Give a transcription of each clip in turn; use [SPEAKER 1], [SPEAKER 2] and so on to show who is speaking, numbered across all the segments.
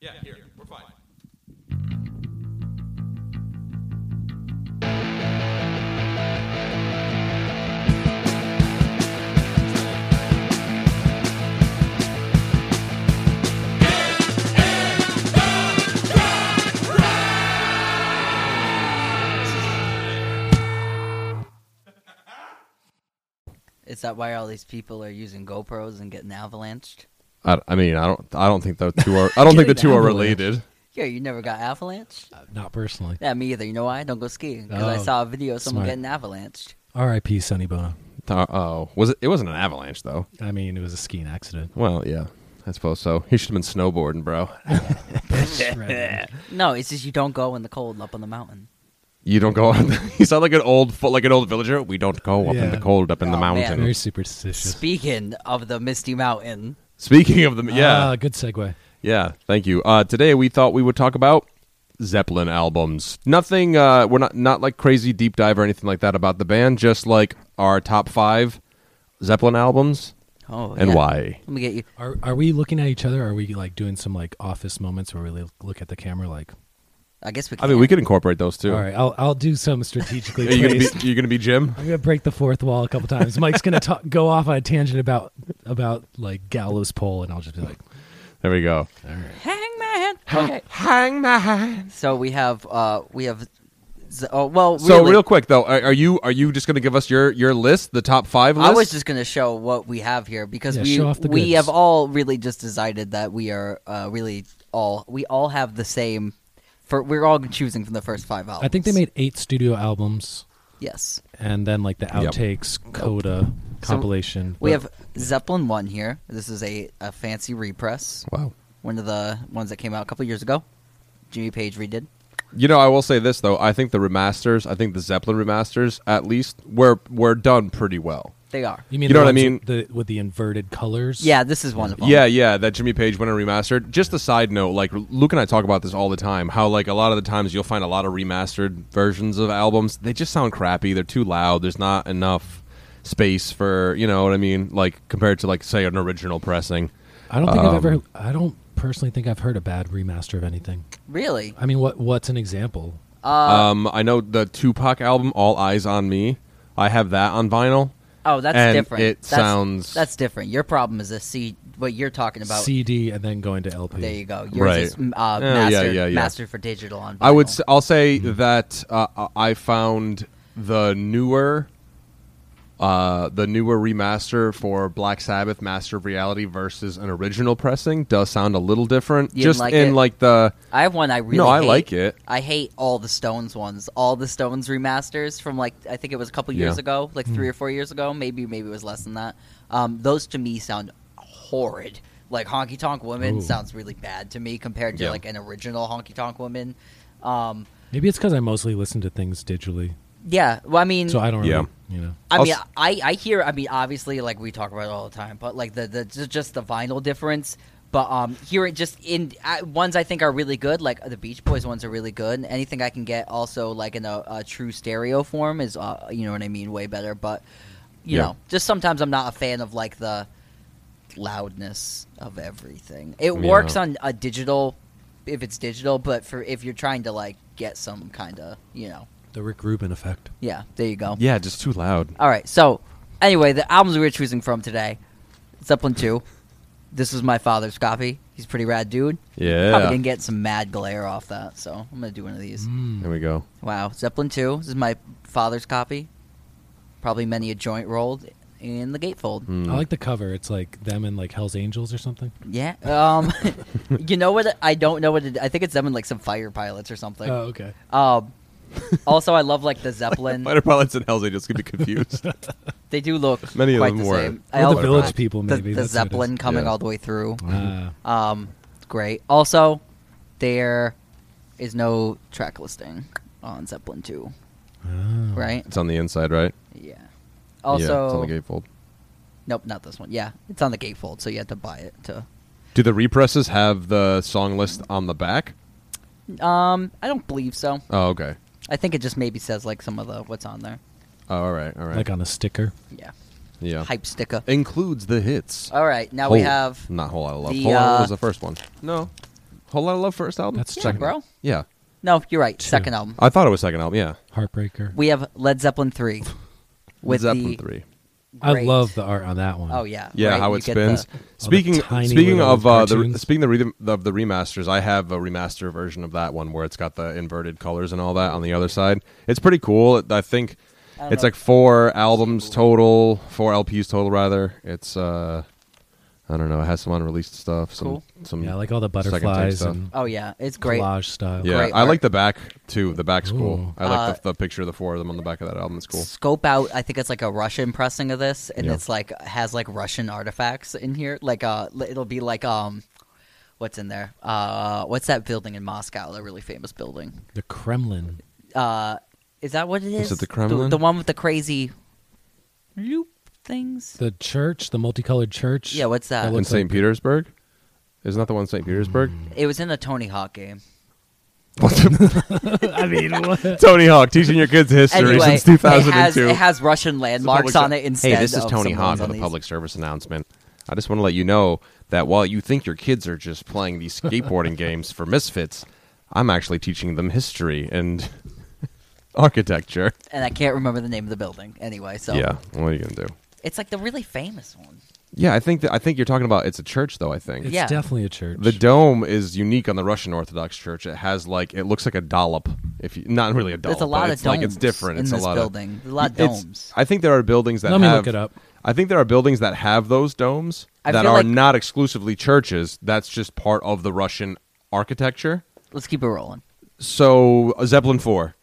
[SPEAKER 1] Yeah, here, we're fine.
[SPEAKER 2] Is that why all these people are using GoPros and getting avalanched?
[SPEAKER 3] I, I mean, I don't. I don't think the two are. I don't think the two are related.
[SPEAKER 2] Yeah, you never got avalanched?
[SPEAKER 3] Uh,
[SPEAKER 4] Not personally.
[SPEAKER 2] Yeah, me either. You know why? I don't go skiing. Because I
[SPEAKER 4] Oh,
[SPEAKER 2] saw a video of someone
[SPEAKER 4] smart.
[SPEAKER 2] getting avalanched.
[SPEAKER 4] R.I.P. Sonny Bono.
[SPEAKER 3] Uh, oh, was it? It wasn't an avalanche though.
[SPEAKER 4] I mean, it was a skiing accident.
[SPEAKER 3] Well, yeah, I suppose so. He should have been snowboarding, bro.
[SPEAKER 4] Right.
[SPEAKER 2] No, it's just you don't go in the cold up on the mountain.
[SPEAKER 3] You don't go on. You sound like an old, fo- like an old villager. We don't go up in
[SPEAKER 4] Yeah.
[SPEAKER 3] the cold, up in the
[SPEAKER 2] Oh, man.
[SPEAKER 3] mountain.
[SPEAKER 4] Very superstitious.
[SPEAKER 2] Speaking of the Misty Mountain,
[SPEAKER 3] Speaking of the, yeah,
[SPEAKER 4] Ah, good segue.
[SPEAKER 3] yeah. Thank you. Uh, today we thought we would talk about Zeppelin albums. Nothing. Uh, we're not not like crazy deep dive or anything like that about the band. Just like our top five Zeppelin albums
[SPEAKER 2] oh,
[SPEAKER 3] and
[SPEAKER 2] yeah.
[SPEAKER 3] why.
[SPEAKER 2] Let me get you.
[SPEAKER 4] Are are we looking at each other? Are we like doing some like office moments where we li- look at the camera? Like,
[SPEAKER 2] I guess we. Can.
[SPEAKER 3] I mean, we could incorporate those too.
[SPEAKER 4] all right, I'll I'll do some strategically.
[SPEAKER 3] Are you gonna be?
[SPEAKER 4] placed.
[SPEAKER 3] Are you gonna be Jim?
[SPEAKER 4] I'm gonna break the fourth wall a couple times. Mike's gonna ta go off on a tangent about about like gallows pole, and I'll just be like,
[SPEAKER 3] There we go.
[SPEAKER 2] Hangman. Okay. Hangman. So we have. Uh, we have. z- Oh well.
[SPEAKER 3] So
[SPEAKER 2] really,
[SPEAKER 3] real quick though, are, are you are you just going to give us your your list, the top five list?
[SPEAKER 2] I was just going to show what we have here because
[SPEAKER 4] Yeah,
[SPEAKER 2] we
[SPEAKER 4] show off the
[SPEAKER 2] we
[SPEAKER 4] goods.
[SPEAKER 2] have all really just decided that we are uh, really all we all have the same. For we're all choosing from the first five albums.
[SPEAKER 4] I think they made eight studio albums,
[SPEAKER 2] yes.
[SPEAKER 4] and then like the outtakes coda compilation.
[SPEAKER 2] We
[SPEAKER 4] But-
[SPEAKER 2] have Zeppelin one here. This is a, a fancy repress.
[SPEAKER 3] wow.
[SPEAKER 2] One of the ones that came out a couple years ago. Jimmy Page redid.
[SPEAKER 3] You know, I will say this though. I think the remasters, I think the Zeppelin remasters, at least were were done pretty well.
[SPEAKER 2] They are.
[SPEAKER 4] You mean
[SPEAKER 3] You
[SPEAKER 4] the
[SPEAKER 3] know what I
[SPEAKER 4] ones
[SPEAKER 3] mean?
[SPEAKER 4] with The, with the inverted colors?
[SPEAKER 2] Yeah, this is one of them.
[SPEAKER 3] Yeah, yeah. That Jimmy Page went and remastered. Just a side note, like Luke and I talk about this all the time. How like a lot of the times you'll find a lot of remastered versions of albums. They just sound crappy. They're too loud. There's not enough space for you know what I mean. Like compared to like say an original pressing.
[SPEAKER 4] I don't think I've
[SPEAKER 2] Um,
[SPEAKER 4] ever. I don't personally think I've heard a bad remaster of anything.
[SPEAKER 2] Really?
[SPEAKER 4] I mean, what what's an example?
[SPEAKER 3] Um, I know the Tupac album, All Eyes on Me. I have that on vinyl.
[SPEAKER 2] Oh, that's
[SPEAKER 3] And
[SPEAKER 2] different.
[SPEAKER 3] it
[SPEAKER 2] that's,
[SPEAKER 3] sounds-
[SPEAKER 2] That's different. Your problem is a C. What you're talking about.
[SPEAKER 4] CD and then going to LP.
[SPEAKER 2] There you go. Yours
[SPEAKER 3] Right. Oh,
[SPEAKER 2] is mm, uh,
[SPEAKER 3] yeah,
[SPEAKER 2] mastered,
[SPEAKER 3] yeah, yeah.
[SPEAKER 2] mastered for digital on. Vinyl.
[SPEAKER 3] I would. s- I'll say that uh, I- I found the newer, uh, the newer remaster for Black Sabbath Master of Reality versus an original pressing does sound a little different.
[SPEAKER 2] You didn't
[SPEAKER 3] Just
[SPEAKER 2] like
[SPEAKER 3] in
[SPEAKER 2] it?
[SPEAKER 3] like the
[SPEAKER 2] I have one I really.
[SPEAKER 3] No, I
[SPEAKER 2] hate.
[SPEAKER 3] like it.
[SPEAKER 2] I hate all the Stones ones, all the Stones remasters from like I think it was a couple years
[SPEAKER 3] Yeah.
[SPEAKER 2] ago, like
[SPEAKER 4] Hmm.
[SPEAKER 2] three or four years ago, maybe maybe it was less than that. Um, those to me sound horrid. Like Honky Tonk Woman
[SPEAKER 4] Ooh.
[SPEAKER 2] sounds really bad to me compared to
[SPEAKER 3] Yeah.
[SPEAKER 2] like an original Honky Tonk Woman. Um,
[SPEAKER 4] Maybe it's because I mostly listen to things digitally,
[SPEAKER 2] yeah, well, I mean,
[SPEAKER 4] so I don't.
[SPEAKER 3] Yeah.
[SPEAKER 4] Really, you know.
[SPEAKER 2] I
[SPEAKER 3] I'll
[SPEAKER 2] mean,
[SPEAKER 3] s-
[SPEAKER 2] I, I hear. I mean, obviously, like we talk about it all the time, but like the the ju- just the vinyl difference. But um, here it just in I, ones I think are really good. Like the Beach Boys ones are really good. And anything I can get also like in a, a true stereo form is uh, you know what I mean, way better. But you
[SPEAKER 3] Yeah.
[SPEAKER 2] know, just sometimes I'm not a fan of like the loudness of everything. It
[SPEAKER 3] Yeah.
[SPEAKER 2] works on a digital if it's digital, but for if you're trying to like get some kind of you know,
[SPEAKER 4] The Rick Rubin effect.
[SPEAKER 2] yeah, there you go.
[SPEAKER 3] yeah, just too loud.
[SPEAKER 2] All right. So, anyway, the albums we were choosing from today, Zeppelin two. This was my father's copy. He's a pretty rad dude. Probably
[SPEAKER 3] Yeah,
[SPEAKER 2] gonna get some mad glare off that, so I'm gonna do one of these.
[SPEAKER 4] Mm.
[SPEAKER 3] there we go.
[SPEAKER 2] Wow, Zeppelin two. This is my father's copy. Probably many a joint rolled in the gatefold.
[SPEAKER 3] Mm. Hmm.
[SPEAKER 4] I like the cover. It's like them and like Hell's Angels or something.
[SPEAKER 2] Yeah. Um, you know what? I don't know what it. I think it's them and like some fire pilots or something.
[SPEAKER 4] oh, okay.
[SPEAKER 2] Um. Also, I love like the Zeppelin.
[SPEAKER 3] Fighter pilots and Hell's Angels gonna be confused.
[SPEAKER 2] they do look
[SPEAKER 3] Many of
[SPEAKER 2] quite
[SPEAKER 3] them
[SPEAKER 2] the
[SPEAKER 3] were.
[SPEAKER 2] same.
[SPEAKER 3] Or
[SPEAKER 2] I
[SPEAKER 3] the
[SPEAKER 2] also-
[SPEAKER 4] Village People,
[SPEAKER 2] the-
[SPEAKER 4] maybe,
[SPEAKER 2] the,
[SPEAKER 4] that's what it
[SPEAKER 2] Zeppelin
[SPEAKER 4] is.
[SPEAKER 2] coming
[SPEAKER 3] Yeah.
[SPEAKER 2] all the way through.
[SPEAKER 4] Uh,
[SPEAKER 2] Um, it's great. Also, there is no track listing on Zeppelin 2,
[SPEAKER 4] oh.
[SPEAKER 2] right?
[SPEAKER 3] it's on the inside, right? yeah,
[SPEAKER 2] Yeah.
[SPEAKER 3] it's
[SPEAKER 2] Also,
[SPEAKER 3] on the gatefold.
[SPEAKER 2] nope, not this one. Yeah, it's on the gatefold, so you had to buy it to.
[SPEAKER 3] Do the represses have the song list on the back?
[SPEAKER 2] Um, I don't believe so.
[SPEAKER 3] Oh, okay.
[SPEAKER 2] I think it just maybe says like some of the what's on there.
[SPEAKER 3] Oh, all right, all right.
[SPEAKER 4] Like on a sticker.
[SPEAKER 2] Yeah,
[SPEAKER 3] yeah,
[SPEAKER 2] hype sticker.
[SPEAKER 3] includes the hits.
[SPEAKER 2] All right, now
[SPEAKER 3] Whole-
[SPEAKER 2] we have
[SPEAKER 3] Mm, not whole lot of love.
[SPEAKER 2] the,
[SPEAKER 3] whole lot of love
[SPEAKER 2] uh,
[SPEAKER 3] was the first one. No, Whole Lot of Love first album.
[SPEAKER 4] That's
[SPEAKER 2] Yeah,
[SPEAKER 3] second
[SPEAKER 2] bro.
[SPEAKER 3] album. Uh, Yeah,
[SPEAKER 2] No, you're right. Second album.
[SPEAKER 3] I thought it was second album. Yeah,
[SPEAKER 4] Heartbreaker.
[SPEAKER 2] We have Led Zeppelin three. With
[SPEAKER 3] Zeppelin
[SPEAKER 2] the
[SPEAKER 3] three.
[SPEAKER 4] I
[SPEAKER 2] great-
[SPEAKER 4] love the art on that one.
[SPEAKER 2] Oh yeah.
[SPEAKER 3] Yeah,
[SPEAKER 2] right,
[SPEAKER 3] how
[SPEAKER 2] you
[SPEAKER 3] it
[SPEAKER 2] get
[SPEAKER 3] spins.
[SPEAKER 2] the-
[SPEAKER 3] speaking
[SPEAKER 4] tiny
[SPEAKER 3] speaking
[SPEAKER 4] little
[SPEAKER 3] of uh, the
[SPEAKER 4] cartoons.
[SPEAKER 3] speaking the rhythm of the remasters, I have a remaster version of that one where it's got the inverted colors and all that on the other side. It's pretty cool. It- I think
[SPEAKER 2] I don't
[SPEAKER 3] it's
[SPEAKER 2] know.
[SPEAKER 3] like four albums total, four LPs total rather. It's uh, I don't know. It has some unreleased stuff. Some,
[SPEAKER 2] Cool.
[SPEAKER 3] some
[SPEAKER 4] Yeah, like all the
[SPEAKER 3] second tape
[SPEAKER 4] butterflies
[SPEAKER 3] stuff.
[SPEAKER 4] and
[SPEAKER 2] Oh yeah, it's great.
[SPEAKER 4] collage style.
[SPEAKER 3] Yeah,
[SPEAKER 2] Great
[SPEAKER 3] I like
[SPEAKER 2] art.
[SPEAKER 3] the back too. The back's cool.
[SPEAKER 4] Ooh.
[SPEAKER 3] I like
[SPEAKER 2] Uh,
[SPEAKER 3] the, the picture of the four of them on the back of that album. It's cool.
[SPEAKER 2] Scope out. I think it's like a Russian pressing of this, and
[SPEAKER 3] Yeah.
[SPEAKER 2] it's like has like Russian artifacts in here. Like uh, li- it'll be like um, what's in there? Uh, what's that building in Moscow? The really famous building.
[SPEAKER 4] The Kremlin.
[SPEAKER 2] Uh, is that what it is?
[SPEAKER 3] Is it the Kremlin?
[SPEAKER 2] The, one with the crazy loop things.
[SPEAKER 4] The church, the multicolored church.
[SPEAKER 2] Yeah, what's that?
[SPEAKER 4] That
[SPEAKER 3] In
[SPEAKER 4] looks
[SPEAKER 3] St.
[SPEAKER 4] like- Mm.
[SPEAKER 3] Petersburg, isn't that the one in St. Petersburg?
[SPEAKER 2] It was in a Tony Hawk game.
[SPEAKER 4] I mean, what?
[SPEAKER 3] Tony Hawk teaching your kids history
[SPEAKER 2] Anyway,
[SPEAKER 3] since
[SPEAKER 2] it has,
[SPEAKER 3] 2002.
[SPEAKER 2] it has Russian landmarks on it instead.
[SPEAKER 3] Hey, this is
[SPEAKER 2] of
[SPEAKER 3] Tony
[SPEAKER 2] some
[SPEAKER 3] Hawk
[SPEAKER 2] ones
[SPEAKER 3] with a
[SPEAKER 2] these.
[SPEAKER 3] public service announcement. I just want to let you know that while you think your kids are just playing these skateboarding games for misfits, I'm actually teaching them history and architecture.
[SPEAKER 2] and I can't remember the name of the building anyway. So
[SPEAKER 3] Yeah, what are you gonna do?
[SPEAKER 2] it's like the really famous one.
[SPEAKER 3] Yeah, I think that I think you're talking about it's a church though. I think
[SPEAKER 4] It's
[SPEAKER 2] Yeah.
[SPEAKER 4] definitely a church.
[SPEAKER 3] The dome is unique on the Russian Orthodox Church. It has like it looks like a dollop. If you, not really a dollop,
[SPEAKER 2] There's a lot
[SPEAKER 3] but
[SPEAKER 2] of
[SPEAKER 3] it's like it's
[SPEAKER 2] domes
[SPEAKER 3] different.
[SPEAKER 2] in
[SPEAKER 3] it's a
[SPEAKER 2] this
[SPEAKER 3] lot
[SPEAKER 2] building.
[SPEAKER 3] Of,
[SPEAKER 2] A lot of
[SPEAKER 3] It's-
[SPEAKER 2] domes.
[SPEAKER 3] I think there are buildings that
[SPEAKER 4] Let me
[SPEAKER 3] have,
[SPEAKER 4] look it up.
[SPEAKER 3] I think there are buildings that have those domes
[SPEAKER 2] I
[SPEAKER 3] that
[SPEAKER 2] feel
[SPEAKER 3] are
[SPEAKER 2] like-
[SPEAKER 3] not exclusively churches. That's just part of the Russian architecture.
[SPEAKER 2] Let's keep it rolling.
[SPEAKER 3] So uh, Zeppelin Four.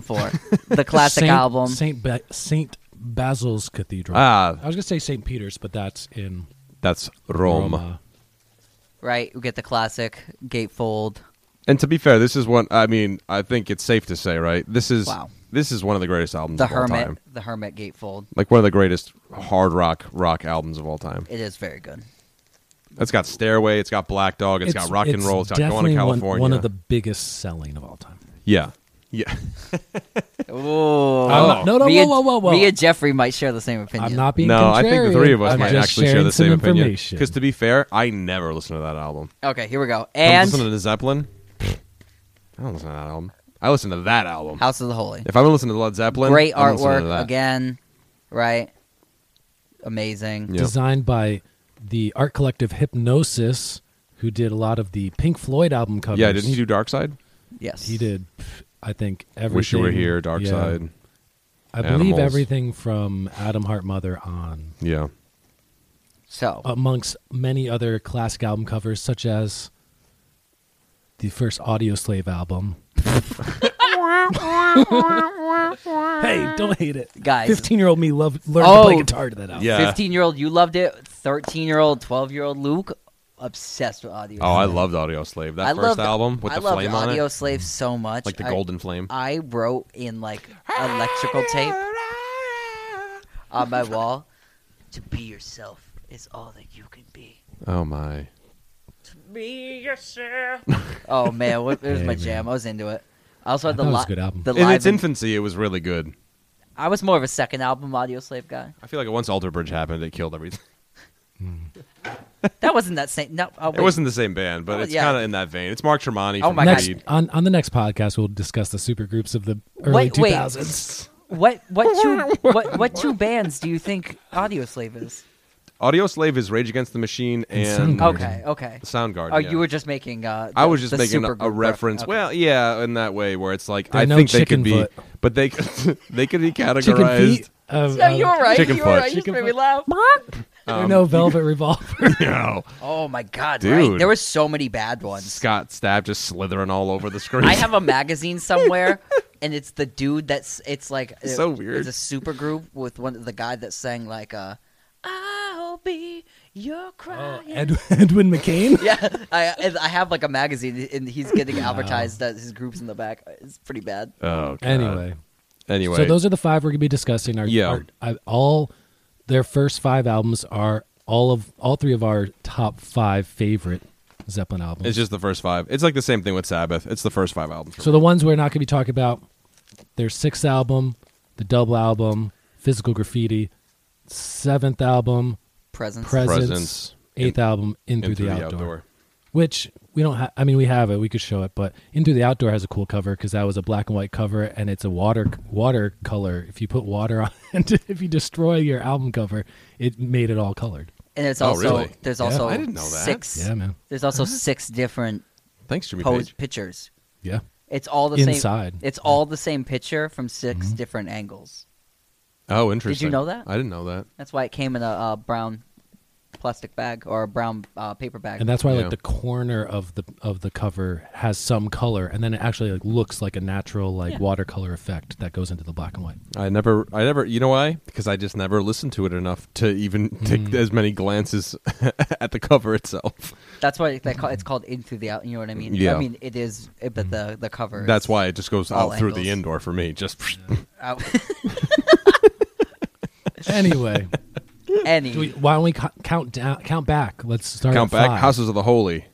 [SPEAKER 2] Four, the classic
[SPEAKER 4] Saint,
[SPEAKER 2] album.
[SPEAKER 4] Saint ba- Saint Basil's Cathedral.
[SPEAKER 3] Ah.
[SPEAKER 4] I was gonna say Saint Peter's, but that's in
[SPEAKER 3] That's Rome.
[SPEAKER 4] Roma.
[SPEAKER 2] Right, we get the classic gatefold.
[SPEAKER 3] And to be fair, this is one. I mean, I think it's safe to say, right? This is
[SPEAKER 2] Wow.
[SPEAKER 3] this is one of the greatest albums
[SPEAKER 2] The
[SPEAKER 3] of all time.
[SPEAKER 2] hermit, the hermit gatefold.
[SPEAKER 3] Like one of the greatest hard rock rock albums of all time.
[SPEAKER 2] It is very good.
[SPEAKER 3] It's got Stairway. It's got Black Dog. it's got Rock and Roll. It's got Going to
[SPEAKER 4] definitely one-
[SPEAKER 3] California.
[SPEAKER 4] One, of the biggest selling of all time.
[SPEAKER 3] yeah, yeah.
[SPEAKER 2] Oh,
[SPEAKER 4] I'm not- no, no,
[SPEAKER 2] me
[SPEAKER 4] whoa,
[SPEAKER 2] and,
[SPEAKER 4] whoa, whoa, whoa.
[SPEAKER 2] Me and Jeffrey might share the same opinion.
[SPEAKER 4] I'm not being
[SPEAKER 3] no, I think the three of us
[SPEAKER 4] contrarian.
[SPEAKER 3] might
[SPEAKER 4] I'm just
[SPEAKER 3] actually share
[SPEAKER 4] sharing
[SPEAKER 3] the
[SPEAKER 4] some
[SPEAKER 3] same opinion.
[SPEAKER 4] information.
[SPEAKER 3] Because to be fair, I never listen to that album.
[SPEAKER 2] Okay, here we go.
[SPEAKER 3] I'm
[SPEAKER 2] And
[SPEAKER 3] listening to Zeppelin. I don't listen to that album. I listen to that album.
[SPEAKER 2] House of the Holy.
[SPEAKER 3] if I'm listening to Led Zeppelin,
[SPEAKER 2] Great
[SPEAKER 3] I'm listening to
[SPEAKER 2] artwork
[SPEAKER 3] that.
[SPEAKER 2] again. Right, amazing.
[SPEAKER 3] Yeah.
[SPEAKER 4] designed by the art collective Hypnosis, who did a lot of the Pink Floyd album covers.
[SPEAKER 3] Yeah, didn't he do Dark Side?
[SPEAKER 2] Yes,
[SPEAKER 4] He did. pff, I think everything.
[SPEAKER 3] Wish You Were Here, Dark
[SPEAKER 4] yeah.
[SPEAKER 3] Side.
[SPEAKER 4] I
[SPEAKER 3] Animals.
[SPEAKER 4] believe everything from Adam Hart Mother on,
[SPEAKER 3] Yeah.
[SPEAKER 2] So
[SPEAKER 4] amongst many other classic album covers, such as the first Audio Slave album. hey, don't hate it,
[SPEAKER 2] Guys.
[SPEAKER 4] Fifteen-year-old me loved learned to play
[SPEAKER 2] Oh.
[SPEAKER 4] guitar to that album.
[SPEAKER 3] Yeah.
[SPEAKER 2] 15 year old, you loved it. 13 year old, 12 year old Luke, obsessed with Audio
[SPEAKER 3] Oh, I
[SPEAKER 2] Slave.
[SPEAKER 3] loved Audio Slave. That
[SPEAKER 2] I
[SPEAKER 3] first
[SPEAKER 2] loved-
[SPEAKER 3] album with
[SPEAKER 2] I
[SPEAKER 3] the
[SPEAKER 2] loved
[SPEAKER 3] flame on
[SPEAKER 2] Audio
[SPEAKER 3] it,
[SPEAKER 2] Slave so much.
[SPEAKER 3] like the
[SPEAKER 2] I-
[SPEAKER 3] golden flame.
[SPEAKER 2] I wrote in like electrical tape on my wall to be yourself is all that you can be.
[SPEAKER 3] Oh my.
[SPEAKER 2] Oh man, what, it was
[SPEAKER 4] Hey,
[SPEAKER 2] my
[SPEAKER 4] man.
[SPEAKER 2] jam. I was into it. I also had
[SPEAKER 4] I
[SPEAKER 2] the
[SPEAKER 4] thought it was
[SPEAKER 2] li-
[SPEAKER 4] a good album.
[SPEAKER 2] the
[SPEAKER 3] In
[SPEAKER 2] live
[SPEAKER 3] its infancy, it was really good.
[SPEAKER 2] I was more of a second album Audio Slave guy.
[SPEAKER 3] I feel like once Alter Bridge happened, it killed everything.
[SPEAKER 2] That wasn't that same. No, oh,
[SPEAKER 3] It
[SPEAKER 2] wait.
[SPEAKER 3] wasn't the same band, but
[SPEAKER 2] Oh,
[SPEAKER 3] it's
[SPEAKER 2] yeah.
[SPEAKER 3] kind of in that vein. It's Mark Tremonti.
[SPEAKER 2] Oh
[SPEAKER 3] from
[SPEAKER 2] my God.
[SPEAKER 4] next
[SPEAKER 3] Creed.
[SPEAKER 4] on, on the next podcast, we'll discuss the supergroups of the early
[SPEAKER 2] Wait, wait.
[SPEAKER 4] two thousands.
[SPEAKER 2] What what two what what two bands do you think Audio Slave is?
[SPEAKER 3] Audio Slave is Rage Against the Machine and
[SPEAKER 4] And Soundgarden.
[SPEAKER 2] Okay, okay.
[SPEAKER 3] Soundgarden.
[SPEAKER 2] Oh,
[SPEAKER 3] yeah.
[SPEAKER 2] you were just making. Uh,
[SPEAKER 3] I
[SPEAKER 2] the-
[SPEAKER 3] was just
[SPEAKER 2] the
[SPEAKER 3] making a,
[SPEAKER 2] supergroup
[SPEAKER 3] a reference.
[SPEAKER 2] okay.
[SPEAKER 3] Well, yeah, in that way where it's like
[SPEAKER 4] They're
[SPEAKER 3] I
[SPEAKER 4] no
[SPEAKER 3] think they could
[SPEAKER 4] chicken
[SPEAKER 3] be,
[SPEAKER 4] foot.
[SPEAKER 3] but they they could be
[SPEAKER 4] Chicken
[SPEAKER 3] categorized.
[SPEAKER 4] feet. of-
[SPEAKER 2] no,
[SPEAKER 4] of-
[SPEAKER 2] you were right.
[SPEAKER 3] Chicken
[SPEAKER 2] you
[SPEAKER 3] foot.
[SPEAKER 2] were right. You just
[SPEAKER 4] Chicken
[SPEAKER 2] made me
[SPEAKER 4] foot.
[SPEAKER 2] laugh.
[SPEAKER 4] There are no Velvet Revolver.
[SPEAKER 3] No,
[SPEAKER 2] Oh my god,
[SPEAKER 3] Dude.
[SPEAKER 2] right? There were so many bad ones.
[SPEAKER 3] Scott Stapp just slithering all over the screen.
[SPEAKER 2] I have a magazine somewhere, and it's the dude that's. It's like uh,
[SPEAKER 3] So weird.
[SPEAKER 2] It's a super group with one the guy that sang like uh, "I'll be your
[SPEAKER 4] Oh,
[SPEAKER 2] crying."
[SPEAKER 4] Ed, Edwin McCain.
[SPEAKER 2] yeah, I and I have like a magazine, and he's getting advertised that his group's in the back. It's pretty bad.
[SPEAKER 3] oh, God.
[SPEAKER 4] Anyway,
[SPEAKER 3] anyway.
[SPEAKER 4] so those are the five we're gonna be discussing. Our,
[SPEAKER 3] Yeah.
[SPEAKER 4] our- I- all their first five albums are all of all three of our top five favorite Zeppelin albums.
[SPEAKER 3] it's just the first five. It's like the same thing with Sabbath. It's the first five albums. for
[SPEAKER 4] so the ones we're not gonna be talking about their sixth album, the double album, Physical Graffiti, seventh album,
[SPEAKER 2] Presence.
[SPEAKER 4] Presence,
[SPEAKER 3] Presence,
[SPEAKER 4] eighth album, In
[SPEAKER 3] me.
[SPEAKER 4] Through,
[SPEAKER 3] And
[SPEAKER 4] the, outdoor. which we don't have. I mean, we have it. We could show it, but Into the Outdoor has a cool cover because that was a black and white cover, and it's a water watercolor. If you put water on, and if you destroy your album cover, it made it all colored.
[SPEAKER 2] And it's
[SPEAKER 3] Oh,
[SPEAKER 2] also
[SPEAKER 3] really?
[SPEAKER 2] there's
[SPEAKER 4] Yeah.
[SPEAKER 2] also
[SPEAKER 3] I didn't know that.
[SPEAKER 2] six
[SPEAKER 4] Yeah, man. Uh-huh.
[SPEAKER 2] there's also six different
[SPEAKER 3] Thanks, Jimmy
[SPEAKER 2] pose
[SPEAKER 3] Page.
[SPEAKER 2] pictures.
[SPEAKER 4] Yeah,
[SPEAKER 2] It's all the
[SPEAKER 4] Inside. Mm-hmm.
[SPEAKER 2] same. It's all the same picture from 6 different angles.
[SPEAKER 3] Oh, interesting.
[SPEAKER 2] know that?
[SPEAKER 3] I didn't know that.
[SPEAKER 2] That's why it came in a uh, brown plastic bag or a brown uh, paper bag.
[SPEAKER 4] and that's why
[SPEAKER 3] Yeah.
[SPEAKER 4] like the corner of the of the cover has some color, and then it actually like looks like a natural like
[SPEAKER 2] Yeah.
[SPEAKER 4] watercolor effect that goes into the black and white.
[SPEAKER 3] I never, I never, you know why? Because I just never listened to it enough to even take
[SPEAKER 4] Mm.
[SPEAKER 3] as many glances at the cover itself.
[SPEAKER 2] That's why they call, it's called into the out. You know what I mean?
[SPEAKER 3] Yeah.
[SPEAKER 2] I mean it is, it, but
[SPEAKER 4] Mm-hmm.
[SPEAKER 2] the the cover.
[SPEAKER 3] That's
[SPEAKER 2] is
[SPEAKER 3] why it just goes
[SPEAKER 2] All
[SPEAKER 3] out through the
[SPEAKER 2] angles.
[SPEAKER 3] indoor for me. Just
[SPEAKER 2] Out.
[SPEAKER 4] Anyway,
[SPEAKER 2] Any.
[SPEAKER 4] do we, why don't we co- count down? Count back. Let's start.
[SPEAKER 3] count
[SPEAKER 4] at
[SPEAKER 3] back.
[SPEAKER 4] five.
[SPEAKER 3] Houses of the Holy.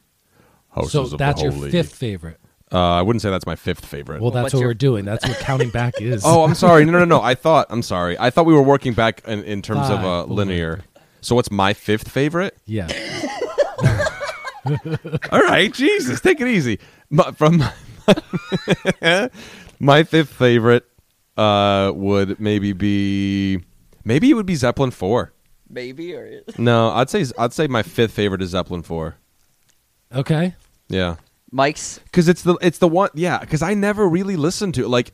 [SPEAKER 3] Houses
[SPEAKER 4] So
[SPEAKER 3] of
[SPEAKER 4] that's
[SPEAKER 3] the
[SPEAKER 4] your
[SPEAKER 3] Holy.
[SPEAKER 4] fifth favorite.
[SPEAKER 3] Uh, I wouldn't say that's my fifth favorite.
[SPEAKER 2] Well,
[SPEAKER 4] Well, that's
[SPEAKER 2] what's
[SPEAKER 4] what
[SPEAKER 2] your-
[SPEAKER 4] we're doing. That's what counting back is.
[SPEAKER 3] oh, I'm sorry. No, no, no. I thought. I'm sorry. I thought we were working back in, in terms of uh,
[SPEAKER 4] Five, four.
[SPEAKER 3] linear. So what's my fifth favorite?
[SPEAKER 4] yeah.
[SPEAKER 3] All right, Jesus, take it easy. My, from my, my fifth favorite uh, would maybe be maybe it would be Zeppelin four.
[SPEAKER 2] Maybe or
[SPEAKER 3] No, I'd say I'd say my fifth favorite is Zeppelin four.
[SPEAKER 4] Okay.
[SPEAKER 3] Yeah,
[SPEAKER 2] Mike's.
[SPEAKER 3] because it's the it's the one. Yeah, because I never really listened to it. like.